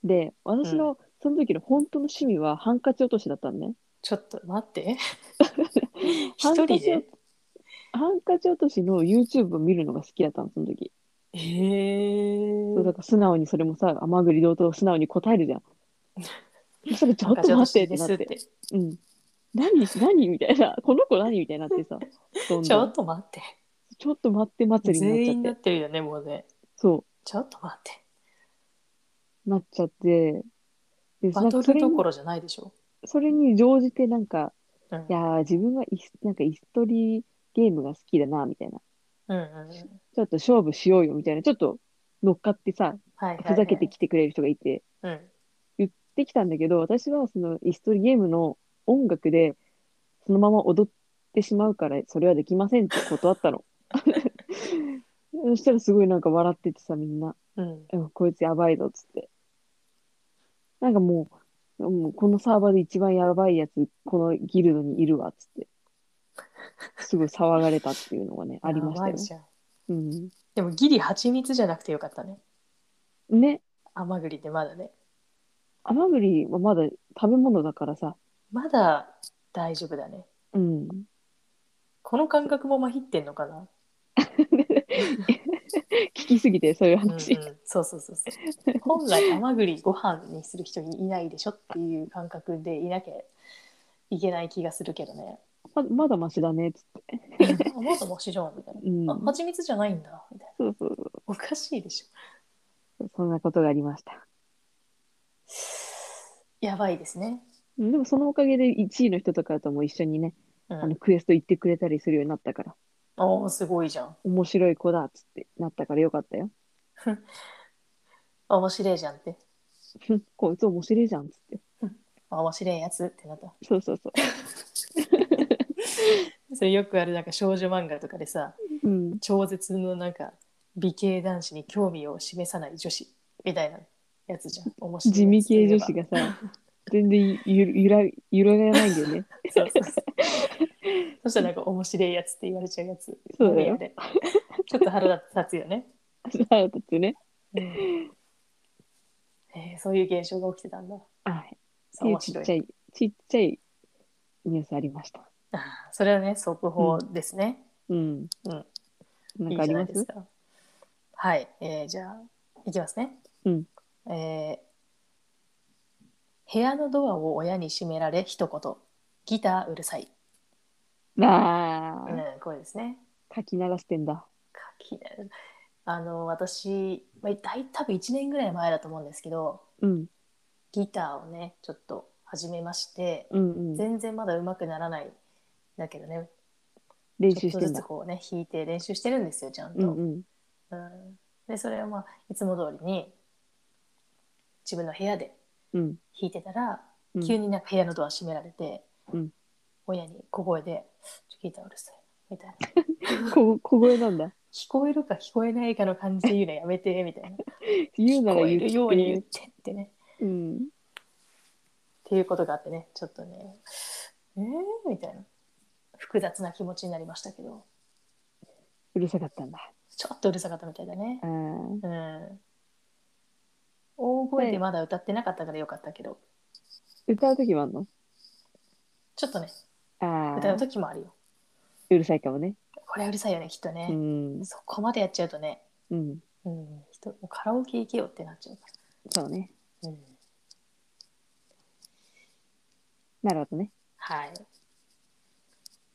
[SPEAKER 2] で、私の、その時の本当の趣味は、ハンカチ落としだったのね。
[SPEAKER 1] ちょっと待って
[SPEAKER 2] [LAUGHS] ハ
[SPEAKER 1] 一人
[SPEAKER 2] ンカチ
[SPEAKER 1] で
[SPEAKER 2] ハンカチ落としの YouTube を見るのが好きだったの、その時。
[SPEAKER 1] へ
[SPEAKER 2] そうだ
[SPEAKER 1] え
[SPEAKER 2] から素直にそれもさ、甘栗同等素直に答えるじゃ
[SPEAKER 1] [LAUGHS]
[SPEAKER 2] ん。そしたら、ちょっと待ってってなって。うん。何何みたいな。この子何みたいになってさ。どん
[SPEAKER 1] ちょ
[SPEAKER 2] ど
[SPEAKER 1] っ
[SPEAKER 2] ん
[SPEAKER 1] と待って
[SPEAKER 2] ちょっと待って祭り
[SPEAKER 1] 全員
[SPEAKER 2] に
[SPEAKER 1] にな
[SPEAKER 2] なっちゃっ。
[SPEAKER 1] っててるよねもうね
[SPEAKER 2] そ
[SPEAKER 1] ちょっと待って
[SPEAKER 2] う。なっちゃって。で
[SPEAKER 1] バト
[SPEAKER 2] そ
[SPEAKER 1] ル
[SPEAKER 2] れ
[SPEAKER 1] ど
[SPEAKER 2] に
[SPEAKER 1] ころじゃないでしょ、
[SPEAKER 2] それに乗じてなんか、
[SPEAKER 1] うん
[SPEAKER 2] いやー自分はイスなんか椅子取りゲームが好きだな、みたいな。
[SPEAKER 1] うんうんうん
[SPEAKER 2] ちょっと勝負しようよ、みたいな。ちょっと乗っかってさ、
[SPEAKER 1] はいはいはい
[SPEAKER 2] ふざけてきてくれる人がいて、
[SPEAKER 1] うん
[SPEAKER 2] 言ってきたんだけど、私はその椅子取りゲームの音楽で、そのまま踊ってしまうから、それはできませんって断った
[SPEAKER 1] [LAUGHS]
[SPEAKER 2] の。そしたらすごいなんか笑っててさ、みんな。
[SPEAKER 1] うん
[SPEAKER 2] うんこいつやばいぞっつって。なんかもう、もうこのサーバーで一番やばいやつ、このギルドにいるわっつって。すごい騒がれたっていうのがね、ありました
[SPEAKER 1] [LAUGHS] やばい
[SPEAKER 2] よね。
[SPEAKER 1] じゃん
[SPEAKER 2] うん、
[SPEAKER 1] でもギリ蜂蜜じゃなくてよかったね
[SPEAKER 2] ね、
[SPEAKER 1] 甘栗ってまだね
[SPEAKER 2] 甘栗はまだ食べ物だからさ、
[SPEAKER 1] まだ大丈夫だね
[SPEAKER 2] うん。
[SPEAKER 1] この感覚もまひってんのかな、
[SPEAKER 2] 聞きすぎて、そういう [LAUGHS]
[SPEAKER 1] うんうん、
[SPEAKER 2] 話。
[SPEAKER 1] そうそうそうそう本来甘栗ご飯にする人いないでしょっていう感覚でいなきゃいけない気がするけど
[SPEAKER 2] [LAUGHS]
[SPEAKER 1] ね
[SPEAKER 2] ままだマシだねっつって。
[SPEAKER 1] あもっともしじゃんみたいな、
[SPEAKER 2] うん。
[SPEAKER 1] あ蜂蜜じゃないんだみたいな
[SPEAKER 2] そうそうそ
[SPEAKER 1] おかしいでしょ
[SPEAKER 2] う。そんなことがありました。
[SPEAKER 1] やばいですね、
[SPEAKER 2] うんでもそのおかげで1位の人とかとも一緒にね、
[SPEAKER 1] う
[SPEAKER 2] あの
[SPEAKER 1] ん、
[SPEAKER 2] クエスト行ってくれたりするようになったから、
[SPEAKER 1] おーすごいじゃん
[SPEAKER 2] 面白い子だっつってなったからよかったよ。
[SPEAKER 1] 面白いじゃんって
[SPEAKER 2] うんこいつ面白いじゃんっつって。
[SPEAKER 1] 面白いやつってなった
[SPEAKER 2] そうそうそう。
[SPEAKER 1] それよくあるなんか少女漫画とかでさ [LAUGHS]
[SPEAKER 2] うん、
[SPEAKER 1] 超絶のなんか美形男子に興味を示さない女子みたいなやつじゃん面白い
[SPEAKER 2] 地味系女子
[SPEAKER 1] が
[SPEAKER 2] がさ、全然ゆゆら揺らがないんだよね。
[SPEAKER 1] そうそうそうそしたらなんか面白いやつって言われちゃうやつ
[SPEAKER 2] そうだよ
[SPEAKER 1] 無理やりちょっと腹立つよね、
[SPEAKER 2] 腹立つね。
[SPEAKER 1] うんえーそういう現象が起きてたんだ
[SPEAKER 2] はい。
[SPEAKER 1] そう面
[SPEAKER 2] ち
[SPEAKER 1] 白
[SPEAKER 2] っ
[SPEAKER 1] い
[SPEAKER 2] ちゃい、ちっちゃいニュースありました。
[SPEAKER 1] あーそれはね速報ですね、
[SPEAKER 2] うん。
[SPEAKER 1] うん
[SPEAKER 2] なん
[SPEAKER 1] いい
[SPEAKER 2] かあ
[SPEAKER 1] じ
[SPEAKER 2] り
[SPEAKER 1] ゃない
[SPEAKER 2] ま
[SPEAKER 1] です
[SPEAKER 2] す
[SPEAKER 1] か。はい、えーじゃあ、いきますね。
[SPEAKER 2] うん
[SPEAKER 1] えー部屋のドアを親に閉められ、一言。ギターうるさい。
[SPEAKER 2] あ
[SPEAKER 1] う
[SPEAKER 2] ー、
[SPEAKER 1] ん、これですね。
[SPEAKER 2] 書き鳴らしてんだ。
[SPEAKER 1] 書きあの、私、まあ、大多分1年ぐらい前だと思うんですけど、
[SPEAKER 2] うん。
[SPEAKER 1] ギターをね、ちょっと始めまして、
[SPEAKER 2] うんうん。
[SPEAKER 1] 全然まだ上手くならないんだけどね、
[SPEAKER 2] 練
[SPEAKER 1] ちょっ
[SPEAKER 2] 習し
[SPEAKER 1] と
[SPEAKER 2] てん
[SPEAKER 1] ずつ
[SPEAKER 2] だ。
[SPEAKER 1] こうね、弾いて練習してるんですよ、ちゃん
[SPEAKER 2] う
[SPEAKER 1] と。
[SPEAKER 2] んうん。
[SPEAKER 1] うんでそれをまあいつも通りに自分の部屋で
[SPEAKER 2] うん。
[SPEAKER 1] 弾いてたら、
[SPEAKER 2] うん
[SPEAKER 1] 急になんか部屋のドア閉められて、
[SPEAKER 2] うん
[SPEAKER 1] 親に小声で「ちょギターうるさい」みたいな
[SPEAKER 2] こ小声なんだ。
[SPEAKER 1] 「聞こえるか聞こえないかの感じで言うのやめて」みた [LAUGHS] いな「
[SPEAKER 2] 言うな
[SPEAKER 1] 聞
[SPEAKER 2] ら
[SPEAKER 1] こえ
[SPEAKER 2] 言って。
[SPEAKER 1] るように言って」ってね
[SPEAKER 2] うん。
[SPEAKER 1] っていうことがあってねちょっとね「えー?」みたいな複雑な気持ちになりましたけど
[SPEAKER 2] うるさかったんだ。
[SPEAKER 1] ちょっとうるさかったみたいだね
[SPEAKER 2] あ。
[SPEAKER 1] う
[SPEAKER 2] ー
[SPEAKER 1] ん大声でまだ歌ってなかったからよかったけど、
[SPEAKER 2] 歌うときもあんの
[SPEAKER 1] ちょっとね
[SPEAKER 2] あ
[SPEAKER 1] 歌う
[SPEAKER 2] あ。
[SPEAKER 1] 時もあるよ。
[SPEAKER 2] うるさいかもね。
[SPEAKER 1] これはうるさいよねきっと
[SPEAKER 2] う
[SPEAKER 1] ね、
[SPEAKER 2] ん。
[SPEAKER 1] そこまでやっちゃうとね、
[SPEAKER 2] うん。
[SPEAKER 1] うん、人もうカラオケ行けよってなっちゃうか
[SPEAKER 2] そうね。
[SPEAKER 1] ら、うん、
[SPEAKER 2] なるほどね。
[SPEAKER 1] はい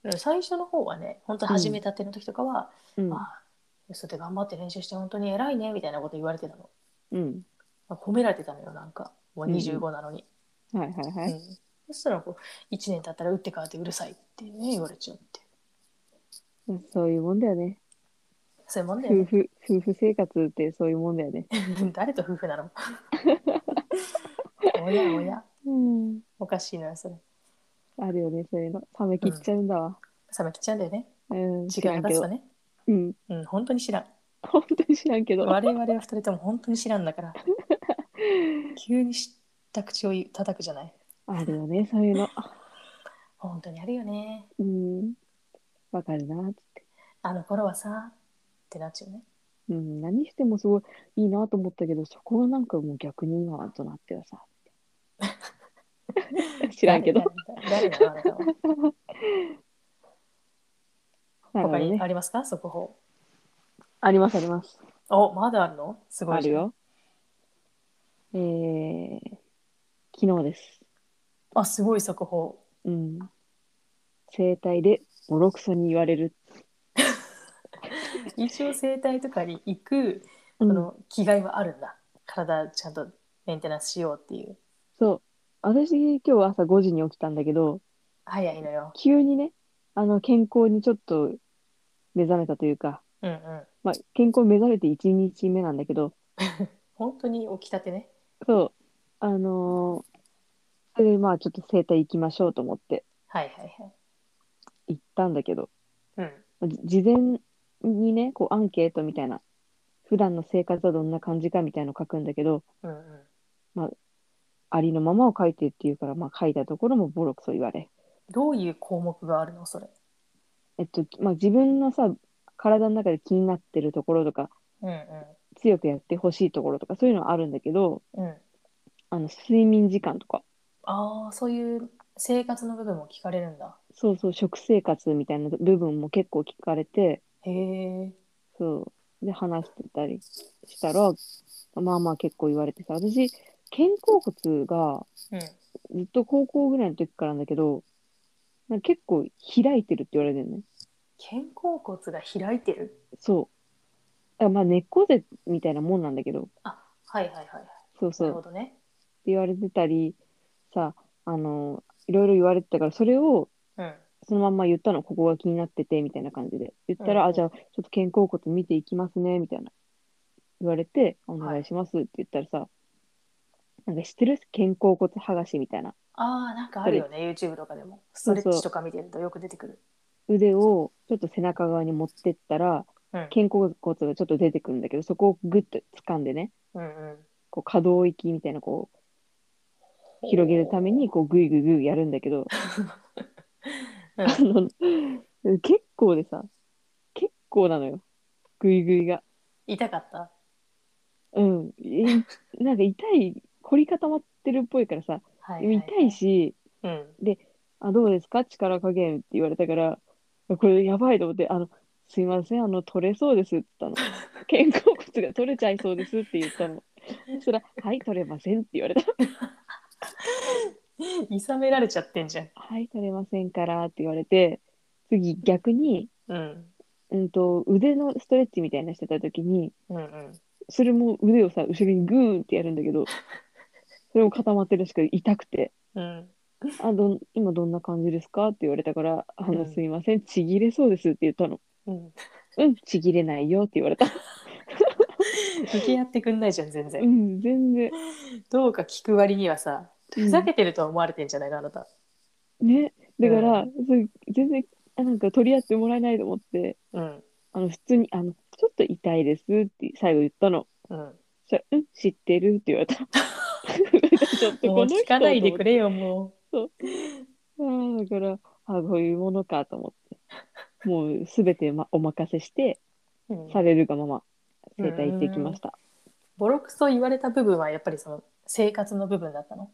[SPEAKER 1] でも最初の方はね本当始めたての時とかは、
[SPEAKER 2] うん。
[SPEAKER 1] あそうで頑張って練習して本当に偉いねみたいなこと言われてたの、
[SPEAKER 2] うん。
[SPEAKER 1] まあ褒められてたのよなんかもう25なのに、
[SPEAKER 2] はいはいは
[SPEAKER 1] うん
[SPEAKER 2] い。
[SPEAKER 1] そしたらこう1年経ったら打って変わってうるさいって、ね、言われちゃって
[SPEAKER 2] そういうもんだよね。
[SPEAKER 1] そういうもんだよね
[SPEAKER 2] 夫婦、夫婦生活ってそういうもんだよね。
[SPEAKER 1] [LAUGHS] 誰と夫婦
[SPEAKER 2] [LAUGHS]
[SPEAKER 1] なのおやおや
[SPEAKER 2] うん。
[SPEAKER 1] おかしいなそれ
[SPEAKER 2] あるよね、そういうの。冷めきっちゃうんだわ。
[SPEAKER 1] 冷めきっちゃうんだよね
[SPEAKER 2] うん。
[SPEAKER 1] 時
[SPEAKER 2] 知ら
[SPEAKER 1] 間
[SPEAKER 2] ん
[SPEAKER 1] が経
[SPEAKER 2] け
[SPEAKER 1] つ
[SPEAKER 2] ど
[SPEAKER 1] と。ね
[SPEAKER 2] うん。 [LAUGHS]
[SPEAKER 1] うん本当に知らん
[SPEAKER 2] 本当に知らんけど。
[SPEAKER 1] 我々は二人とも本当に知らんだから
[SPEAKER 2] [LAUGHS]
[SPEAKER 1] 急に知った口を言う叩くじゃない
[SPEAKER 2] あるよね、そういうの。
[SPEAKER 1] 本当にあるよね
[SPEAKER 2] うん。わかるな、つって。
[SPEAKER 1] あの頃はさってなっちゃうね
[SPEAKER 2] うん、何してもすごいいいなと思ったけど、そこがなんかもう逆に今となって
[SPEAKER 1] [LAUGHS]
[SPEAKER 2] はさ。知らんけど。
[SPEAKER 1] 誰だ誰だあなたは
[SPEAKER 2] [LAUGHS] なるほ
[SPEAKER 1] 他
[SPEAKER 2] ど
[SPEAKER 1] に
[SPEAKER 2] ね
[SPEAKER 1] あ。りますか速報
[SPEAKER 2] ありますあります。
[SPEAKER 1] おまだあるのすごい
[SPEAKER 2] あるよ。えー、昨日です。
[SPEAKER 1] あすごい速報
[SPEAKER 2] うん。整体でボロクソに言われる。
[SPEAKER 1] 一応整体とかに行く
[SPEAKER 2] う
[SPEAKER 1] そ
[SPEAKER 2] ん、
[SPEAKER 1] の気概はあるんだ体ちゃんとメンテナンスしようっていう
[SPEAKER 2] そう。私今日朝5時に起きたんだけど、
[SPEAKER 1] 早いのよ
[SPEAKER 2] 急にね、あの健康にちょっと目覚めたというか、
[SPEAKER 1] うんうん
[SPEAKER 2] まあ、健康目覚めて1日目なんだけど、
[SPEAKER 1] 本当に起きたてね
[SPEAKER 2] そう、あのーそれでまあちょっと整体行きましょうと思って
[SPEAKER 1] はいはい
[SPEAKER 2] 行ったんだけど、
[SPEAKER 1] はい
[SPEAKER 2] じ事前にね、こうアンケートみたいな、普段の生活はどんな感じかみたいの書くんだけど、
[SPEAKER 1] うんうんうん
[SPEAKER 2] ありのままを書いてっていうから、まあ書いたところもボロクソ言われ。
[SPEAKER 1] どういう項目があるのそれ
[SPEAKER 2] えっと、まあ自分のさ、体の中で気になってるところとか、
[SPEAKER 1] うんうん
[SPEAKER 2] 強くやってほしいところとか、そういうのはあるんだけど、
[SPEAKER 1] うん
[SPEAKER 2] あの、睡眠時間とか、
[SPEAKER 1] ああそういう生活の部分も聞かれるんだ
[SPEAKER 2] そうそう、食生活みたいな部分も結構聞かれて、
[SPEAKER 1] へえ
[SPEAKER 2] そう。で、話してたりしたら、まあまあ結構言われてさ、私、肩甲骨が
[SPEAKER 1] うん
[SPEAKER 2] ずっと高校ぐらいの時からなんだけど、なんか結構開いてるって言われてるね。
[SPEAKER 1] 肩甲骨が開いてる
[SPEAKER 2] そう。あまあ根っこでみたいなもんなんだけど、
[SPEAKER 1] あはいはいはいはい
[SPEAKER 2] そうそ
[SPEAKER 1] なる
[SPEAKER 2] うっ
[SPEAKER 1] ほ
[SPEAKER 2] て
[SPEAKER 1] どね
[SPEAKER 2] 言われてたり、さ、あの、いろいろ言われてたから、それを
[SPEAKER 1] うん
[SPEAKER 2] そのまんま言ったの、ここが気になってて、みたいな感じで。言ったら、
[SPEAKER 1] うんうん
[SPEAKER 2] あ、じゃあ、ちょっと肩甲骨見ていきますね、みたいな。言われて、お願いしますって言ったらさ、なんか知ってる肩甲骨剥がしみたいな。
[SPEAKER 1] ああなんかあるよね YouTube とかでもストレッチとか見てるとよく出てくる
[SPEAKER 2] 腕をちょっと背中側に持ってったら、
[SPEAKER 1] うん
[SPEAKER 2] 肩甲骨がちょっと出てくるんだけど、そこをグッと掴んでね、
[SPEAKER 1] うんうん
[SPEAKER 2] こう可動域みたいな、こう、広げるために、こう、グイグイグイやるんだけど、
[SPEAKER 1] [LAUGHS] うん
[SPEAKER 2] あの、結構でさ、結構なのよ。グイグイが。
[SPEAKER 1] 痛かった
[SPEAKER 2] うん、えなんか痛い、凝り固まってるっぽいからさ、
[SPEAKER 1] はは
[SPEAKER 2] 痛いし、
[SPEAKER 1] うん [LAUGHS]
[SPEAKER 2] あ、どうですか力加減って言われたから、これやばいと思って、あの、すいません、あの、取れそうですって
[SPEAKER 1] [LAUGHS]
[SPEAKER 2] 言ったの。肩甲骨が取れちゃいそうですって言ったの。そしたら、はい、取れませんって言われた。
[SPEAKER 1] いさめられちゃってんじゃん。
[SPEAKER 2] はい、取れませんからって言われて、次逆に、
[SPEAKER 1] うん。
[SPEAKER 2] うんと、腕のストレッチみたいなのしてた時に、
[SPEAKER 1] うんうん。
[SPEAKER 2] それも腕をさ、後ろにグーンってやるんだけど、それも固まってるしか痛くて。
[SPEAKER 1] うん。
[SPEAKER 2] あどん今どんな感じですかって言われたから「あ
[SPEAKER 1] う
[SPEAKER 2] の
[SPEAKER 1] ん
[SPEAKER 2] すいませんちぎれそうです」って言ったの
[SPEAKER 1] うん。
[SPEAKER 2] 「うんちぎれないよ」って言われた
[SPEAKER 1] 付き合ってくんないじゃん、全
[SPEAKER 2] う
[SPEAKER 1] 然。
[SPEAKER 2] ん全然
[SPEAKER 1] どうか聞く割にはさ、ふざけてるとは思われてんじゃないか、あなた。
[SPEAKER 2] ねだから、それ全然あなんか取り合ってもらえないと思って
[SPEAKER 1] うん。
[SPEAKER 2] あの普通にあの「ちょっと痛いです」って最後言ったの
[SPEAKER 1] うん。
[SPEAKER 2] そしたら「うん知ってる」って言わ
[SPEAKER 1] [LAUGHS]
[SPEAKER 2] れたちょっと
[SPEAKER 1] もう
[SPEAKER 2] この人
[SPEAKER 1] 聞かないでくれ
[SPEAKER 2] れ
[SPEAKER 1] よ、も
[SPEAKER 2] あーだからあこういうものかと思ってもう全て、ま、お任せして
[SPEAKER 1] う。うん
[SPEAKER 2] されるがまま整体行ってきました
[SPEAKER 1] ボロクソ言われた部分はやっぱりその生活の部分だったの。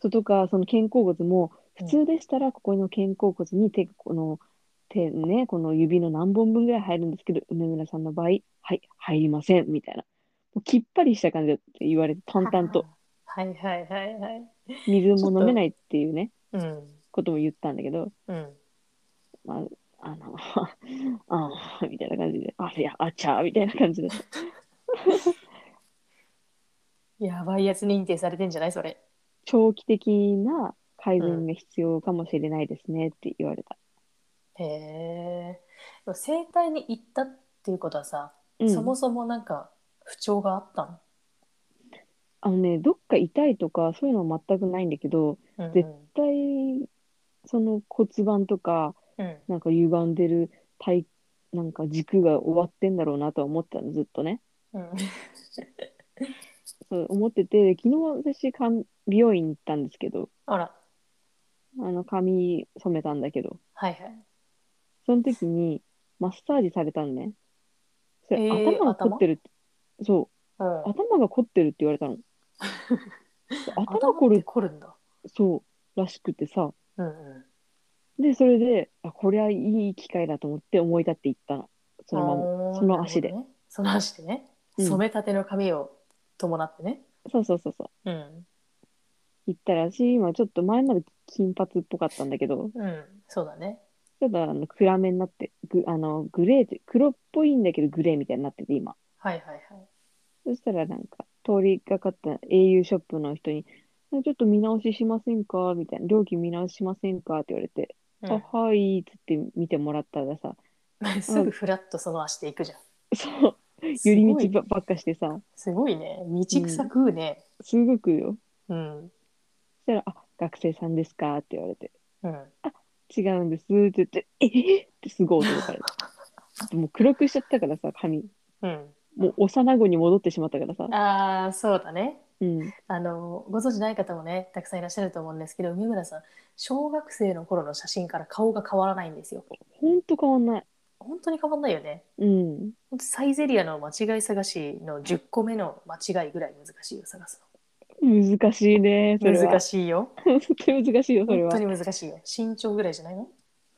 [SPEAKER 2] そうとか、その肩甲骨も、
[SPEAKER 1] うん
[SPEAKER 2] 普通でしたら、ここの肩甲骨に手、この手ね、この指の何本分ぐらい入るんですけど、梅村さんの場合、はい、入りません、みたいな。もうきっぱりした感じだって言われて、淡々と。
[SPEAKER 1] はいはいはいはい。
[SPEAKER 2] 水も飲めないっていうね、
[SPEAKER 1] うん。
[SPEAKER 2] ことも言ったんだけど、
[SPEAKER 1] うん。
[SPEAKER 2] まあ、あの、 [LAUGHS] ああ、みたいな感じで、あれや、あちゃー、みたいな感じで。
[SPEAKER 1] やばいやつ認定されてんじゃないそれ。
[SPEAKER 2] 長期的な改善が必要かもしれないですねって言われた。
[SPEAKER 1] へえ。でも整体に行ったっていうことはさ、
[SPEAKER 2] うん、
[SPEAKER 1] そもそもなんか不調があった
[SPEAKER 2] あのね、どっか痛いとかそういうのは全くないんだけど、
[SPEAKER 1] の。うん
[SPEAKER 2] 絶対その骨盤とか
[SPEAKER 1] うん。うん
[SPEAKER 2] なんか歪んでる体なんか軸が終わってんだろうなとは思ってたのずっとね。
[SPEAKER 1] うん。
[SPEAKER 2] そう思ってて昨日私かん美容院行ったんですけど
[SPEAKER 1] あら。
[SPEAKER 2] あの髪染めたんだけど
[SPEAKER 1] はいはい。
[SPEAKER 2] その時にマッサージされたのね。それ
[SPEAKER 1] えー
[SPEAKER 2] 頭が凝ってるって、そう
[SPEAKER 1] うん。
[SPEAKER 2] 頭が凝ってるって言わ
[SPEAKER 1] [LAUGHS]
[SPEAKER 2] れたの。頭凝
[SPEAKER 1] 頭って
[SPEAKER 2] る、
[SPEAKER 1] 凝るんだ。
[SPEAKER 2] そう、らしくてさ。
[SPEAKER 1] うんうん。
[SPEAKER 2] で、それで、あ、これはいい機会だと思って思い立って行ったの。そのまま。
[SPEAKER 1] あー
[SPEAKER 2] その足で
[SPEAKER 1] なるほどねその足でね。
[SPEAKER 2] うん
[SPEAKER 1] 染めたての髪を伴ってね。
[SPEAKER 2] そうそうそうそう。
[SPEAKER 1] うん。
[SPEAKER 2] 行ったらし、今ちょっと前まで金髪っぽかったんだけど、
[SPEAKER 1] うん。そうだね。
[SPEAKER 2] ちょっとあの暗めになって、ぐあのグレーって、黒っぽいんだけどグレーみたいになってて、今。
[SPEAKER 1] はいはいはい。
[SPEAKER 2] そしたらなんか、通りかかった au ショップの人に、ちょっと見直ししませんかみたいな、料金見直ししませんかって言われて、
[SPEAKER 1] うん
[SPEAKER 2] あ、はい、っつって見てもらったらさ、
[SPEAKER 1] [LAUGHS]
[SPEAKER 2] [LAUGHS]
[SPEAKER 1] すぐフラッとその足で行くじゃん。
[SPEAKER 2] そう、
[SPEAKER 1] す
[SPEAKER 2] [LAUGHS] 寄
[SPEAKER 1] ごい
[SPEAKER 2] り道ばばっかしてさ、
[SPEAKER 1] すごいね。道草食うね。
[SPEAKER 2] すごくよ。
[SPEAKER 1] うん。
[SPEAKER 2] そしたら、あ、学生さんですかって言われて、
[SPEAKER 1] うん。
[SPEAKER 2] 違うんですって言って、えー、ってすごい
[SPEAKER 1] [LAUGHS]
[SPEAKER 2] 驚かれた。もう黒くしちゃったからさ、髪。
[SPEAKER 1] うん。
[SPEAKER 2] もう幼子に戻ってしまったからさ。
[SPEAKER 1] ああ、そうだね。
[SPEAKER 2] うん。
[SPEAKER 1] あの、ご存知ない方もね、たくさんいらっしゃると思うんですけど、梅村さん、小学生の頃の写真から顔が変わらないんですよ。
[SPEAKER 2] ほんと変わんない。
[SPEAKER 1] 本当に変わんないよね。
[SPEAKER 2] うん。
[SPEAKER 1] ほんとサイゼリアの間違い探しの10個目の間違いぐらい難しいよ、探す
[SPEAKER 2] 難しいね、そ
[SPEAKER 1] の。
[SPEAKER 2] れは。
[SPEAKER 1] 難
[SPEAKER 2] しい。
[SPEAKER 1] しいよ。
[SPEAKER 2] 本当に難しいよ、それ
[SPEAKER 1] 本
[SPEAKER 2] は
[SPEAKER 1] 当。に難しいよ。身長ぐらいじゃないの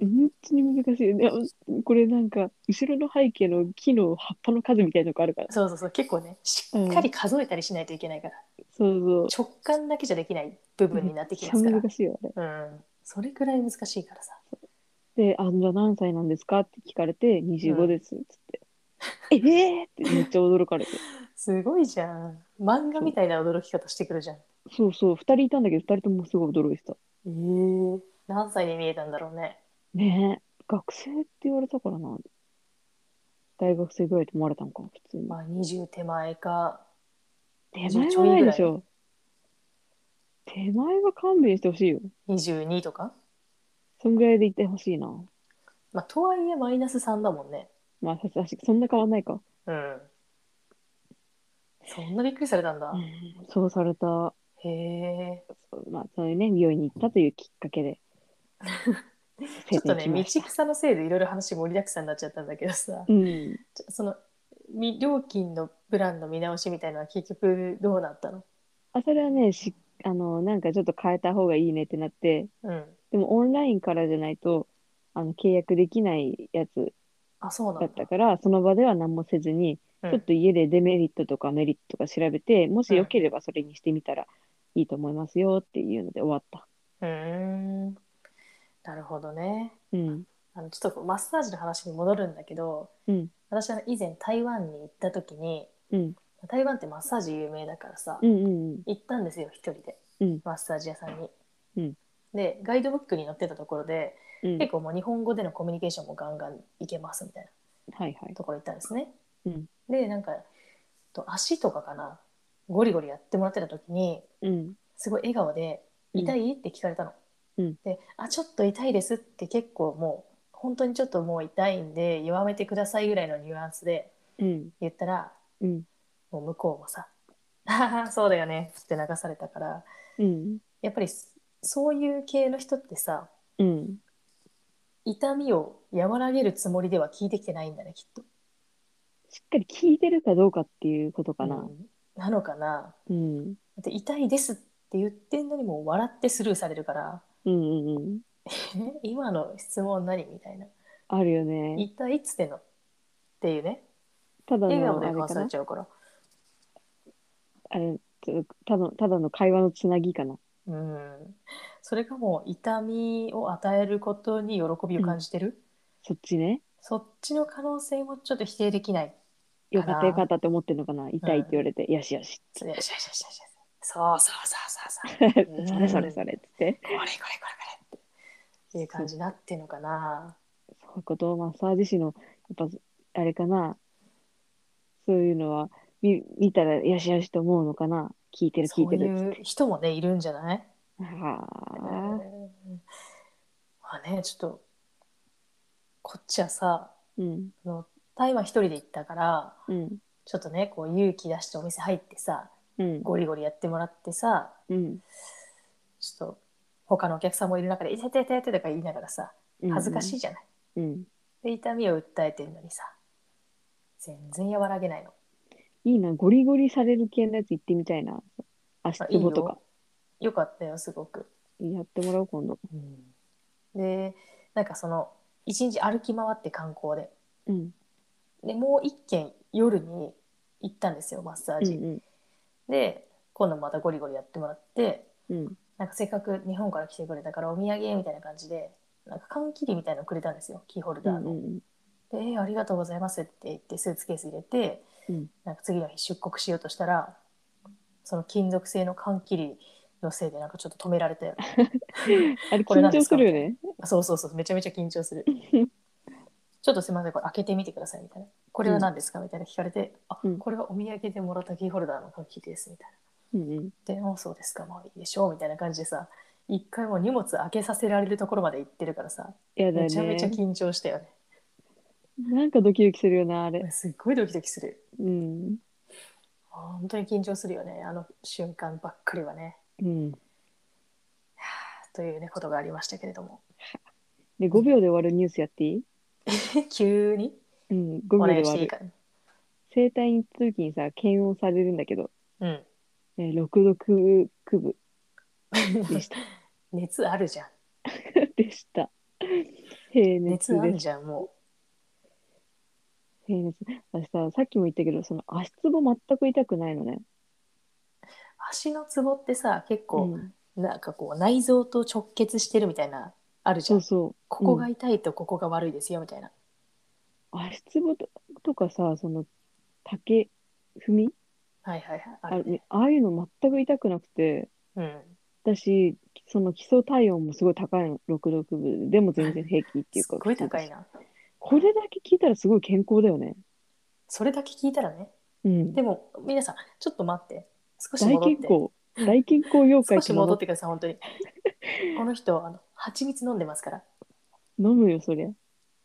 [SPEAKER 2] 本当に難しい。でもこれなんか、後ろの背景の木の葉っぱの数みたいなとこあるから。
[SPEAKER 1] そうそうそう。結構ね、しっかり数えたりしないといけないから、
[SPEAKER 2] そうそう。
[SPEAKER 1] 直感だけじゃできない部分になってきま
[SPEAKER 2] め
[SPEAKER 1] すか
[SPEAKER 2] っちゃ
[SPEAKER 1] ら。
[SPEAKER 2] 難しいよ、あれ。
[SPEAKER 1] うんそれくらい難しいからさ。
[SPEAKER 2] で、あ、じゃあ何歳なんですかって聞かれて、25です、つって。ええーってめっちゃ驚かれて。
[SPEAKER 1] すごいじゃん。漫画みたいな驚き方してくるじゃん。え
[SPEAKER 2] そうそう、二人いたんだけど、二人ともすごい驚いてた。
[SPEAKER 1] え何歳に見えたんだろうね。
[SPEAKER 2] ねえ、学生って言われたからな。大学生ぐらいって思われたんか、普通に。
[SPEAKER 1] まあ20手前か。
[SPEAKER 2] 手
[SPEAKER 1] 20
[SPEAKER 2] 前
[SPEAKER 1] ち
[SPEAKER 2] は
[SPEAKER 1] ょい
[SPEAKER 2] ない
[SPEAKER 1] ぐ
[SPEAKER 2] で
[SPEAKER 1] らい
[SPEAKER 2] しょ。手前は勘弁してほしいよ。
[SPEAKER 1] 22とか。
[SPEAKER 2] そんぐらいで言ってほしいな。
[SPEAKER 1] まあとはいえマイナス3だもんね。
[SPEAKER 2] まあ、さすがにそんな変わんないか。
[SPEAKER 1] うん。そんなびっくりされたんだ
[SPEAKER 2] う。んそうされた。
[SPEAKER 1] へえ。
[SPEAKER 2] そうまあ、そういうね、美容院に行ったというきっかけ [LAUGHS] で。
[SPEAKER 1] ちょっとね、
[SPEAKER 2] 生徒
[SPEAKER 1] 道
[SPEAKER 2] に来ました
[SPEAKER 1] 草のせいでいろいろ話盛りだくさんになっちゃったんだけどさ、 [LAUGHS]
[SPEAKER 2] うん。
[SPEAKER 1] ちょそのみ料金のプランの見直しみたいなのは結局どうなったの
[SPEAKER 2] あ、それはね、し、あの、なんかちょっと変えた方がいいねってなって、
[SPEAKER 1] うん。
[SPEAKER 2] でもオンラインからじゃないと、あの、契約できないやつ
[SPEAKER 1] あ、そうな
[SPEAKER 2] だ
[SPEAKER 1] ん
[SPEAKER 2] っ
[SPEAKER 1] だ。
[SPEAKER 2] たから、その場では何もせずに、
[SPEAKER 1] うん
[SPEAKER 2] ちょっと家でデメリットとかメリットとか調べて、もしよければそれにしてみたらいいと思いますよっていうので終わった。
[SPEAKER 1] うーんなるほどね。
[SPEAKER 2] うん。
[SPEAKER 1] あのちょっとこうマッサージの話に戻るんだけど、
[SPEAKER 2] うん
[SPEAKER 1] 私は以前台湾に行った時に
[SPEAKER 2] うん。
[SPEAKER 1] 台湾ってマッサージ有名だからさ、
[SPEAKER 2] うんうん
[SPEAKER 1] 行ったんですよ一人で、
[SPEAKER 2] うん
[SPEAKER 1] マッサージ屋さんに。
[SPEAKER 2] うん
[SPEAKER 1] でガイドブックに載ってたところで
[SPEAKER 2] うん。うん。
[SPEAKER 1] 結構もう日本語でのコミュニケーションもガンガンいけますみたい
[SPEAKER 2] はいはい
[SPEAKER 1] な。ところ行ったんですね。
[SPEAKER 2] うん
[SPEAKER 1] でなんかと足とかかなゴリゴリやってもらってた時に
[SPEAKER 2] うん。
[SPEAKER 1] すごい笑顔で
[SPEAKER 2] うん
[SPEAKER 1] 痛いって聞かれたの。
[SPEAKER 2] うん
[SPEAKER 1] で「あちょっと痛いです」って結構もう本当にちょっともう痛いんで弱めてくださいぐらいのニュアンスで
[SPEAKER 2] うん。
[SPEAKER 1] 言ったら
[SPEAKER 2] うん。
[SPEAKER 1] もう向こうもさ「ああそうだよね」って流されたから
[SPEAKER 2] うん。
[SPEAKER 1] やっぱりそそういう系の人ってさ
[SPEAKER 2] うん。
[SPEAKER 1] 痛みを和らげるつもりでは聞いてきてないんだねきっと。
[SPEAKER 2] しっかり聞いてるかどうかっていうことか
[SPEAKER 1] う
[SPEAKER 2] な。
[SPEAKER 1] んなのかな。
[SPEAKER 2] うん。
[SPEAKER 1] だって痛いですって言ってんのにもう笑ってスルーされるから
[SPEAKER 2] うんうんうん。
[SPEAKER 1] 「え今の質問何?」みたいな。
[SPEAKER 2] あるよね。
[SPEAKER 1] 一体いつでのっていうね
[SPEAKER 2] ただ
[SPEAKER 1] 笑顔
[SPEAKER 2] の、
[SPEAKER 1] で
[SPEAKER 2] あれ
[SPEAKER 1] 交わ
[SPEAKER 2] か
[SPEAKER 1] され
[SPEAKER 2] な
[SPEAKER 1] ちゃうから
[SPEAKER 2] あれ、ただの、ただの会話のつなぎかな。
[SPEAKER 1] うんそれがもう痛みを与えることに喜びを感じてる、
[SPEAKER 2] そっちね。
[SPEAKER 1] そっちの可能性もちょっと否定できない
[SPEAKER 2] よか
[SPEAKER 1] か
[SPEAKER 2] った
[SPEAKER 1] な
[SPEAKER 2] よかったって思ってるのかな。痛いって言われて、よしよし。
[SPEAKER 1] そうそうそうそうそうそううん
[SPEAKER 2] それそれそれっつって。
[SPEAKER 1] これこれこれこれっていう感じになってんのかな
[SPEAKER 2] そういうことをマッサージ師の、やっぱ、あれかな。そういうのは、見見たら、よしよしと思うのかな。聞いてる聞
[SPEAKER 1] そ
[SPEAKER 2] いうてるっつっ
[SPEAKER 1] い
[SPEAKER 2] て。
[SPEAKER 1] う人もねいるんじゃない
[SPEAKER 2] はあ。
[SPEAKER 1] うんまあねちょっとこっちはさ
[SPEAKER 2] うん。
[SPEAKER 1] あの台湾一人で行ったから
[SPEAKER 2] うん。
[SPEAKER 1] ちょっとねこう勇気出してお店入ってさ
[SPEAKER 2] うん。
[SPEAKER 1] ゴリゴリやってもらってさ
[SPEAKER 2] うん。
[SPEAKER 1] ちょっと他のお客さんもいる中で「いてててて」とか言いながらさ恥ずかしいじゃない。
[SPEAKER 2] い。うん。
[SPEAKER 1] で痛みを訴えてるのにさ全然和らげないの。
[SPEAKER 2] いいな。ゴリゴリされる系のやつ行ってみたいな。足
[SPEAKER 1] あ
[SPEAKER 2] つぼとか。
[SPEAKER 1] いいよよかったよすごく。
[SPEAKER 2] やってもらおう、今度。
[SPEAKER 1] でなんかその一日歩き回って観光で
[SPEAKER 2] うん。
[SPEAKER 1] でもう一軒夜に行ったんですよマッサー
[SPEAKER 2] うん
[SPEAKER 1] ジ、で今度またゴリゴリやってもらって
[SPEAKER 2] うん。うん。
[SPEAKER 1] なんかせっかく日本から来てくれたからお土産みたいな感じでなんか缶切りみたいなのくれたんですよキーホル
[SPEAKER 2] う
[SPEAKER 1] ダー
[SPEAKER 2] ん
[SPEAKER 1] の。
[SPEAKER 2] うん
[SPEAKER 1] でえーありがとうございます」って言ってスーツケース入れて、
[SPEAKER 2] うん
[SPEAKER 1] なんか次の日出国しようとしたらその金属製の缶切りのせいでなんかちょっと止めら
[SPEAKER 2] [LAUGHS]
[SPEAKER 1] れて
[SPEAKER 2] あれ
[SPEAKER 1] これ
[SPEAKER 2] 緊
[SPEAKER 1] なんで
[SPEAKER 2] 張
[SPEAKER 1] すか
[SPEAKER 2] するよね。
[SPEAKER 1] そうそうそうめちゃめちゃ緊張す
[SPEAKER 2] [LAUGHS]
[SPEAKER 1] るちょっとすみませんこれ開けてみてくださいみたいなこれは何ですかみたいな聞かれて、あ
[SPEAKER 2] うん
[SPEAKER 1] これはお土産でもらったキーホルダーの缶切りですみたい
[SPEAKER 2] うんうん。
[SPEAKER 1] なでもうそうですかまあいいでしょうみたいな感じでさ一回もう荷物開けさせられるところまで行ってるからさ
[SPEAKER 2] やだ
[SPEAKER 1] めちゃめちゃ
[SPEAKER 2] ね。
[SPEAKER 1] 緊張したよね
[SPEAKER 2] なんかドキドキするよな、あれ。
[SPEAKER 1] すっごいドキドキする
[SPEAKER 2] うん。
[SPEAKER 1] 本当に緊張するよねあの瞬間ばっかりはね
[SPEAKER 2] うん。
[SPEAKER 1] というねことがありましたけれども
[SPEAKER 2] で、5秒で終わるニュースやっていい
[SPEAKER 1] 急に
[SPEAKER 2] うん。5
[SPEAKER 1] お
[SPEAKER 2] 秒で
[SPEAKER 1] 願いし
[SPEAKER 2] 終
[SPEAKER 1] ていい
[SPEAKER 2] わる。
[SPEAKER 1] かな
[SPEAKER 2] 整体に行った時にさ、検温されるんだけど、
[SPEAKER 1] うん
[SPEAKER 2] えー、6度区部でした。
[SPEAKER 1] [LAUGHS] 熱あるじゃん
[SPEAKER 2] でした。 [LAUGHS] 平熱
[SPEAKER 1] 熱あ
[SPEAKER 2] で
[SPEAKER 1] る
[SPEAKER 2] す。
[SPEAKER 1] じゃんも
[SPEAKER 2] 平熱。私さ、さっきも言ったけど、その足つぼ全く痛くないのね。
[SPEAKER 1] う足のツボってさ結構、
[SPEAKER 2] ん、
[SPEAKER 1] なんかこう内臓と直結してるみたいなあるじゃ
[SPEAKER 2] そ
[SPEAKER 1] ん
[SPEAKER 2] うそう。
[SPEAKER 1] ここが痛いとここが悪いですよみたいな、
[SPEAKER 2] 足つぼととかさ、その竹踏み
[SPEAKER 1] はいはいはいあ
[SPEAKER 2] あ
[SPEAKER 1] るね
[SPEAKER 2] ああいうの全く痛くなくて、
[SPEAKER 1] うん
[SPEAKER 2] 私、その基礎体温もすごい高いの、6度区分でも全然平気っていう
[SPEAKER 1] す
[SPEAKER 2] か。
[SPEAKER 1] っごい高いな
[SPEAKER 2] これだけ聞いたらすごい健康だよね。
[SPEAKER 1] それだけ聞いたらね
[SPEAKER 2] うん。
[SPEAKER 1] でも皆さんちょっと待って少し
[SPEAKER 2] 大
[SPEAKER 1] 戻っ
[SPEAKER 2] 健
[SPEAKER 1] て
[SPEAKER 2] 康、大健康妖怪
[SPEAKER 1] 少
[SPEAKER 2] って
[SPEAKER 1] し
[SPEAKER 2] 名乗
[SPEAKER 1] 戻
[SPEAKER 2] っ
[SPEAKER 1] ってください本当
[SPEAKER 2] [LAUGHS]
[SPEAKER 1] にこの人あの蜂蜜飲んでますから
[SPEAKER 2] 飲むよ、そりゃ。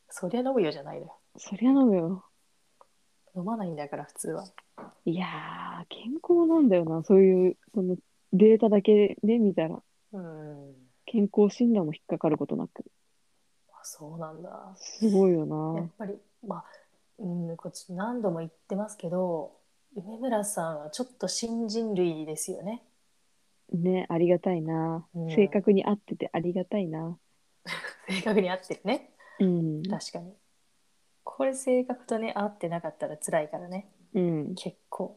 [SPEAKER 1] そりゃ飲むよじゃないのよ
[SPEAKER 2] そりゃ飲むよ。
[SPEAKER 1] 飲まないんだから普通はい
[SPEAKER 2] やー、健康なんだよな。そういう、そのデータだけね、見たら。
[SPEAKER 1] うん
[SPEAKER 2] 健康診断も引っかかることなく。
[SPEAKER 1] あそうなんだ
[SPEAKER 2] すごいよ
[SPEAKER 1] や
[SPEAKER 2] な
[SPEAKER 1] っ。ぱりまあうんこっち何度も言ってますけど梅村さんはちょっと新人類ですよね
[SPEAKER 2] ね、ありがたいな。
[SPEAKER 1] うん
[SPEAKER 2] 性格に合っててありがたいな。
[SPEAKER 1] 性格に合ってるね
[SPEAKER 2] うん。
[SPEAKER 1] 確かにこれ性格とね合ってなかったら辛いからね
[SPEAKER 2] うん。
[SPEAKER 1] 結構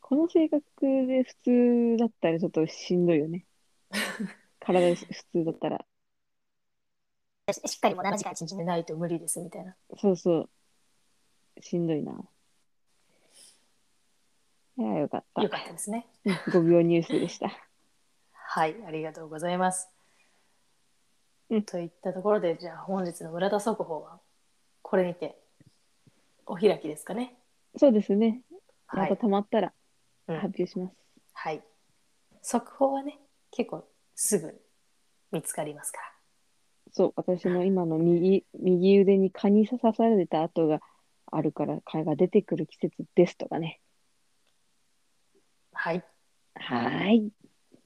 [SPEAKER 2] この性格で普通だったらちょっとしんどい
[SPEAKER 1] [LAUGHS]
[SPEAKER 2] よね。体普通だったら。
[SPEAKER 1] しっかりもう7時間一日寝ないと無理ですみたいな
[SPEAKER 2] そうそう。しんどいな。いや、よかった
[SPEAKER 1] よ。かったですね
[SPEAKER 2] 5秒ニュースでした。
[SPEAKER 1] はいありがとうございます、
[SPEAKER 2] うん
[SPEAKER 1] といったところでじゃあ本日の村田速報はこれにてお開きですかね
[SPEAKER 2] [LAUGHS] そうですね。
[SPEAKER 1] は
[SPEAKER 2] ま
[SPEAKER 1] い
[SPEAKER 2] た溜まったら
[SPEAKER 1] うん
[SPEAKER 2] 発表します。
[SPEAKER 1] はい。速報はね、結構すぐ見つかりますか
[SPEAKER 2] そう、私も今の右右腕に蚊に刺された跡があるから、蚊が出てくる季節ですとかね。
[SPEAKER 1] ら。はい。
[SPEAKER 2] はーい。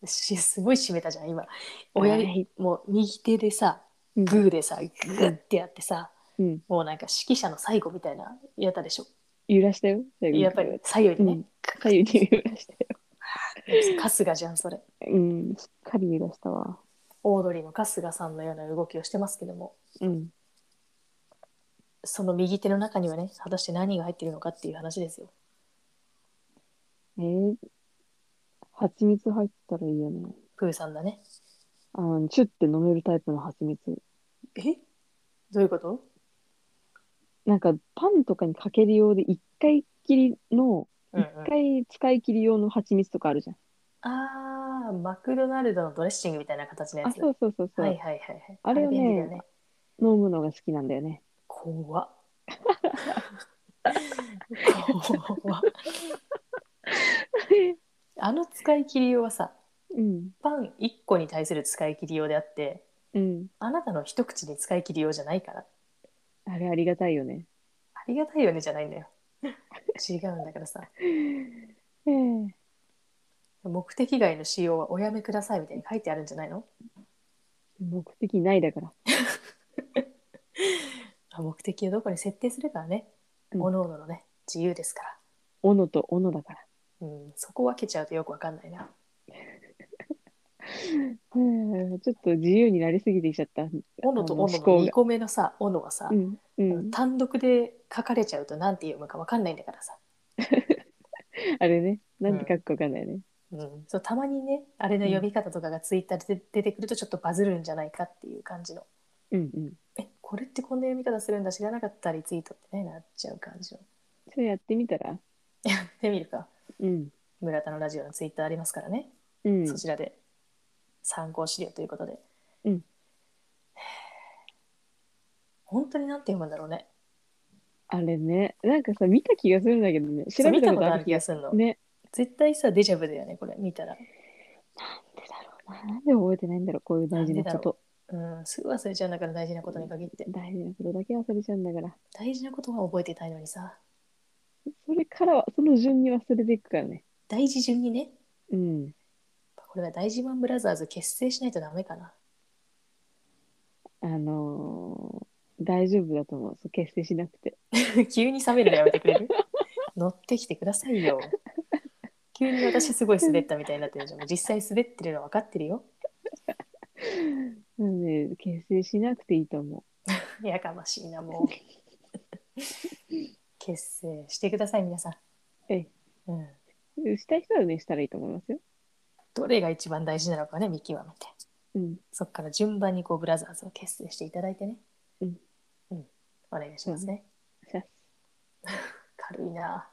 [SPEAKER 1] しすごい締めたじゃん、今。親指、
[SPEAKER 2] はい
[SPEAKER 1] もう右手でさ、
[SPEAKER 2] うん
[SPEAKER 1] グーでさ、グーってやってさ、
[SPEAKER 2] うん、
[SPEAKER 1] もうなんか指揮者の最後みたいなやったでしょ。
[SPEAKER 2] 揺らしたよ。最後
[SPEAKER 1] やっぱり左右にね。
[SPEAKER 2] 左右に揺らしたよ。
[SPEAKER 1] 春日じゃん、それ。
[SPEAKER 2] うん、しっかり揺らしたわ。
[SPEAKER 1] オードリーの春日さんのような動きをしてますけども、
[SPEAKER 2] うん。
[SPEAKER 1] その右手の中にはね果たして何が入ってるのかっていう話ですよ
[SPEAKER 2] えー、蜂蜜入ってたらいいよね。
[SPEAKER 1] プーさんだね
[SPEAKER 2] あの、チュって飲めるタイプの蜂蜜。
[SPEAKER 1] えどういうこと
[SPEAKER 2] なんか、パンとかにかける用で、一回きりの、
[SPEAKER 1] うんう
[SPEAKER 2] 一
[SPEAKER 1] ん
[SPEAKER 2] 回使い切り用の蜂蜜とかあるじゃん。
[SPEAKER 1] あーマクドナルドのドレッシングみたいな形のや
[SPEAKER 2] あ、
[SPEAKER 1] つ
[SPEAKER 2] そうそうそうそう。
[SPEAKER 1] はいはいはいはい
[SPEAKER 2] あれよね
[SPEAKER 1] 便利だね
[SPEAKER 2] 飲むのが好きなんだよね。
[SPEAKER 1] 怖っ怖っあの使い切り用はさ
[SPEAKER 2] うん。
[SPEAKER 1] パン1個に対する使い切り用であって
[SPEAKER 2] うん。
[SPEAKER 1] あなたの一口に使い切り用じゃないから
[SPEAKER 2] あれありがたいよね。
[SPEAKER 1] ありがたいよねじゃないんだよ違うんだからさ
[SPEAKER 2] ええ
[SPEAKER 1] 目的外の使用はおやめくださいみたいに書いてあるんじゃないの
[SPEAKER 2] 目的ないだから。
[SPEAKER 1] あ目的をどこに設定するからね、
[SPEAKER 2] うん
[SPEAKER 1] おのおののね自由ですから
[SPEAKER 2] 斧と斧だから。
[SPEAKER 1] うん、そこ分けちゃうとよくわかんないな。
[SPEAKER 2] うんちょっと自由になりすぎてきちゃった。
[SPEAKER 1] 斧と
[SPEAKER 2] あの
[SPEAKER 1] 斧
[SPEAKER 2] 思
[SPEAKER 1] の
[SPEAKER 2] 考
[SPEAKER 1] 2
[SPEAKER 2] が。
[SPEAKER 1] 個目のさ、斧はさ、
[SPEAKER 2] うん。うん。
[SPEAKER 1] 単独で書かれちゃうとなんて読むかわかんないんだからさ。
[SPEAKER 2] あれね。なんて書くかわかんないね。
[SPEAKER 1] うん、そうたまにね、あれの読み方とかがツイッターで出てくるとちょっとバズるんじゃないかっていう感じの。
[SPEAKER 2] うんうん。
[SPEAKER 1] え、これってこんな読み方するんだ知らなかったりツイートってね、なっちゃう感じの。
[SPEAKER 2] それやってみたら
[SPEAKER 1] やってみるか。
[SPEAKER 2] うん。
[SPEAKER 1] 村田のラジオのツイッターありますからね。
[SPEAKER 2] うん。
[SPEAKER 1] そちらで参考資料ということで。
[SPEAKER 2] うん
[SPEAKER 1] 本当になんて読むんだろうね。
[SPEAKER 2] あれね。なんかさ、見た気がするんだけどね。調
[SPEAKER 1] そう
[SPEAKER 2] べ
[SPEAKER 1] 見
[SPEAKER 2] た
[SPEAKER 1] た
[SPEAKER 2] こ
[SPEAKER 1] ことと
[SPEAKER 2] あ
[SPEAKER 1] ある
[SPEAKER 2] る気
[SPEAKER 1] 気
[SPEAKER 2] が
[SPEAKER 1] が
[SPEAKER 2] す
[SPEAKER 1] するの
[SPEAKER 2] る。。ね。
[SPEAKER 1] 絶対さデジャブだよねこれ見たら
[SPEAKER 2] なんでだろうな。なんで覚えてないんだろう。こういう大事
[SPEAKER 1] な
[SPEAKER 2] な
[SPEAKER 1] んでだ
[SPEAKER 2] こ
[SPEAKER 1] ろう
[SPEAKER 2] と。
[SPEAKER 1] うんすぐ忘れちゃうんだから大事なことに限って
[SPEAKER 2] 大事なことだけ忘れちゃうんだから。
[SPEAKER 1] 大事なことは覚えていたいのにさ
[SPEAKER 2] それからは、その順に忘れていくからね。
[SPEAKER 1] 大事順にね
[SPEAKER 2] うん。
[SPEAKER 1] これは大事マンブラザーズ結成しないとダメかな [LAUGHS]
[SPEAKER 2] あのー大丈夫だと思う。そう結成しなくて。 [LAUGHS]
[SPEAKER 1] 急に冷めるのやめてくれる乗ってきてくださいよ急に私すごい滑ったみたいになってるじゃんもう実際滑ってるの分かってるよ
[SPEAKER 2] なので、結成しなくていいと思
[SPEAKER 1] やかましいな
[SPEAKER 2] [LAUGHS]
[SPEAKER 1] もう結成してください皆さん
[SPEAKER 2] ええ
[SPEAKER 1] うん、
[SPEAKER 2] う。したい人はね、したらいいと思いますよ。ど
[SPEAKER 1] どれが一番大事なのかね見極めて
[SPEAKER 2] うん。
[SPEAKER 1] そっから順番にこうブラザーズを結成していただいてね。
[SPEAKER 2] うん。
[SPEAKER 1] うん。お願いしますね。
[SPEAKER 2] さ
[SPEAKER 1] [LAUGHS] 軽いな。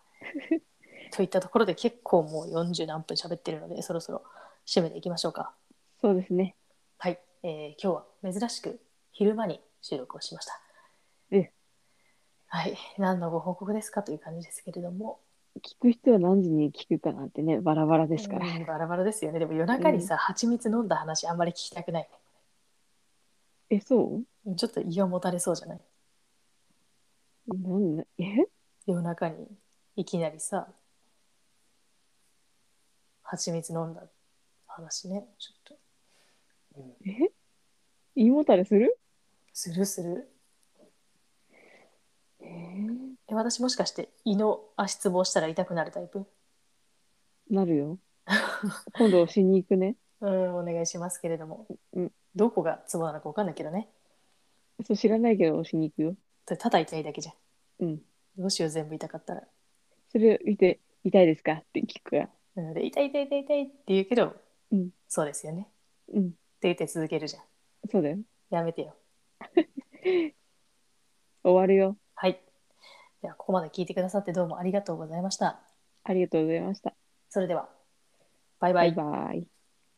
[SPEAKER 1] といったところで結構もう40何分喋ってるのでそろそろ締めていきましょうか。
[SPEAKER 2] そうですね。
[SPEAKER 1] はい。えー今日は珍しく昼間に収録をしました。
[SPEAKER 2] え
[SPEAKER 1] はい。何のご報告ですかという感じですけれども。
[SPEAKER 2] 聞く人は何時に聞くかなんてね、バラバラですから。
[SPEAKER 1] うんバラバラですよね。でも夜中にさ、蜂蜜飲んだ話あんまり聞きたくない
[SPEAKER 2] え、そう
[SPEAKER 1] ね。ちょっと胃がもたれそうじゃない
[SPEAKER 2] なんだえ
[SPEAKER 1] 夜中にいきなりさ蜂蜜飲んだ話ねちょっと、
[SPEAKER 2] え胃もたれする
[SPEAKER 1] するする
[SPEAKER 2] え
[SPEAKER 1] え私もしかして胃の足つぼをしたら痛くなるタイプ
[SPEAKER 2] なる [LAUGHS] よ。今度しに行くね。
[SPEAKER 1] うんお願いしますけれども、
[SPEAKER 2] うん
[SPEAKER 1] どこがツボなのか分かんないけどね
[SPEAKER 2] そう知らないけど押しに行くよ。
[SPEAKER 1] それただ痛いだけじゃん
[SPEAKER 2] うん。
[SPEAKER 1] どうしよう全部痛かったら、
[SPEAKER 2] それを見て、痛いですかって聞くから。
[SPEAKER 1] うん、で痛い痛い痛い痛いって言うけど、
[SPEAKER 2] うん
[SPEAKER 1] そうですよねって
[SPEAKER 2] うん。
[SPEAKER 1] 言って続けるじゃん
[SPEAKER 2] そうだよ。
[SPEAKER 1] やめてよ
[SPEAKER 2] 終わるよ。
[SPEAKER 1] はいではここまで聞いてくださってどうもありがとうございました
[SPEAKER 2] ありがとうございました。
[SPEAKER 1] それではバイバ
[SPEAKER 2] バ
[SPEAKER 1] イ
[SPEAKER 2] イバイ。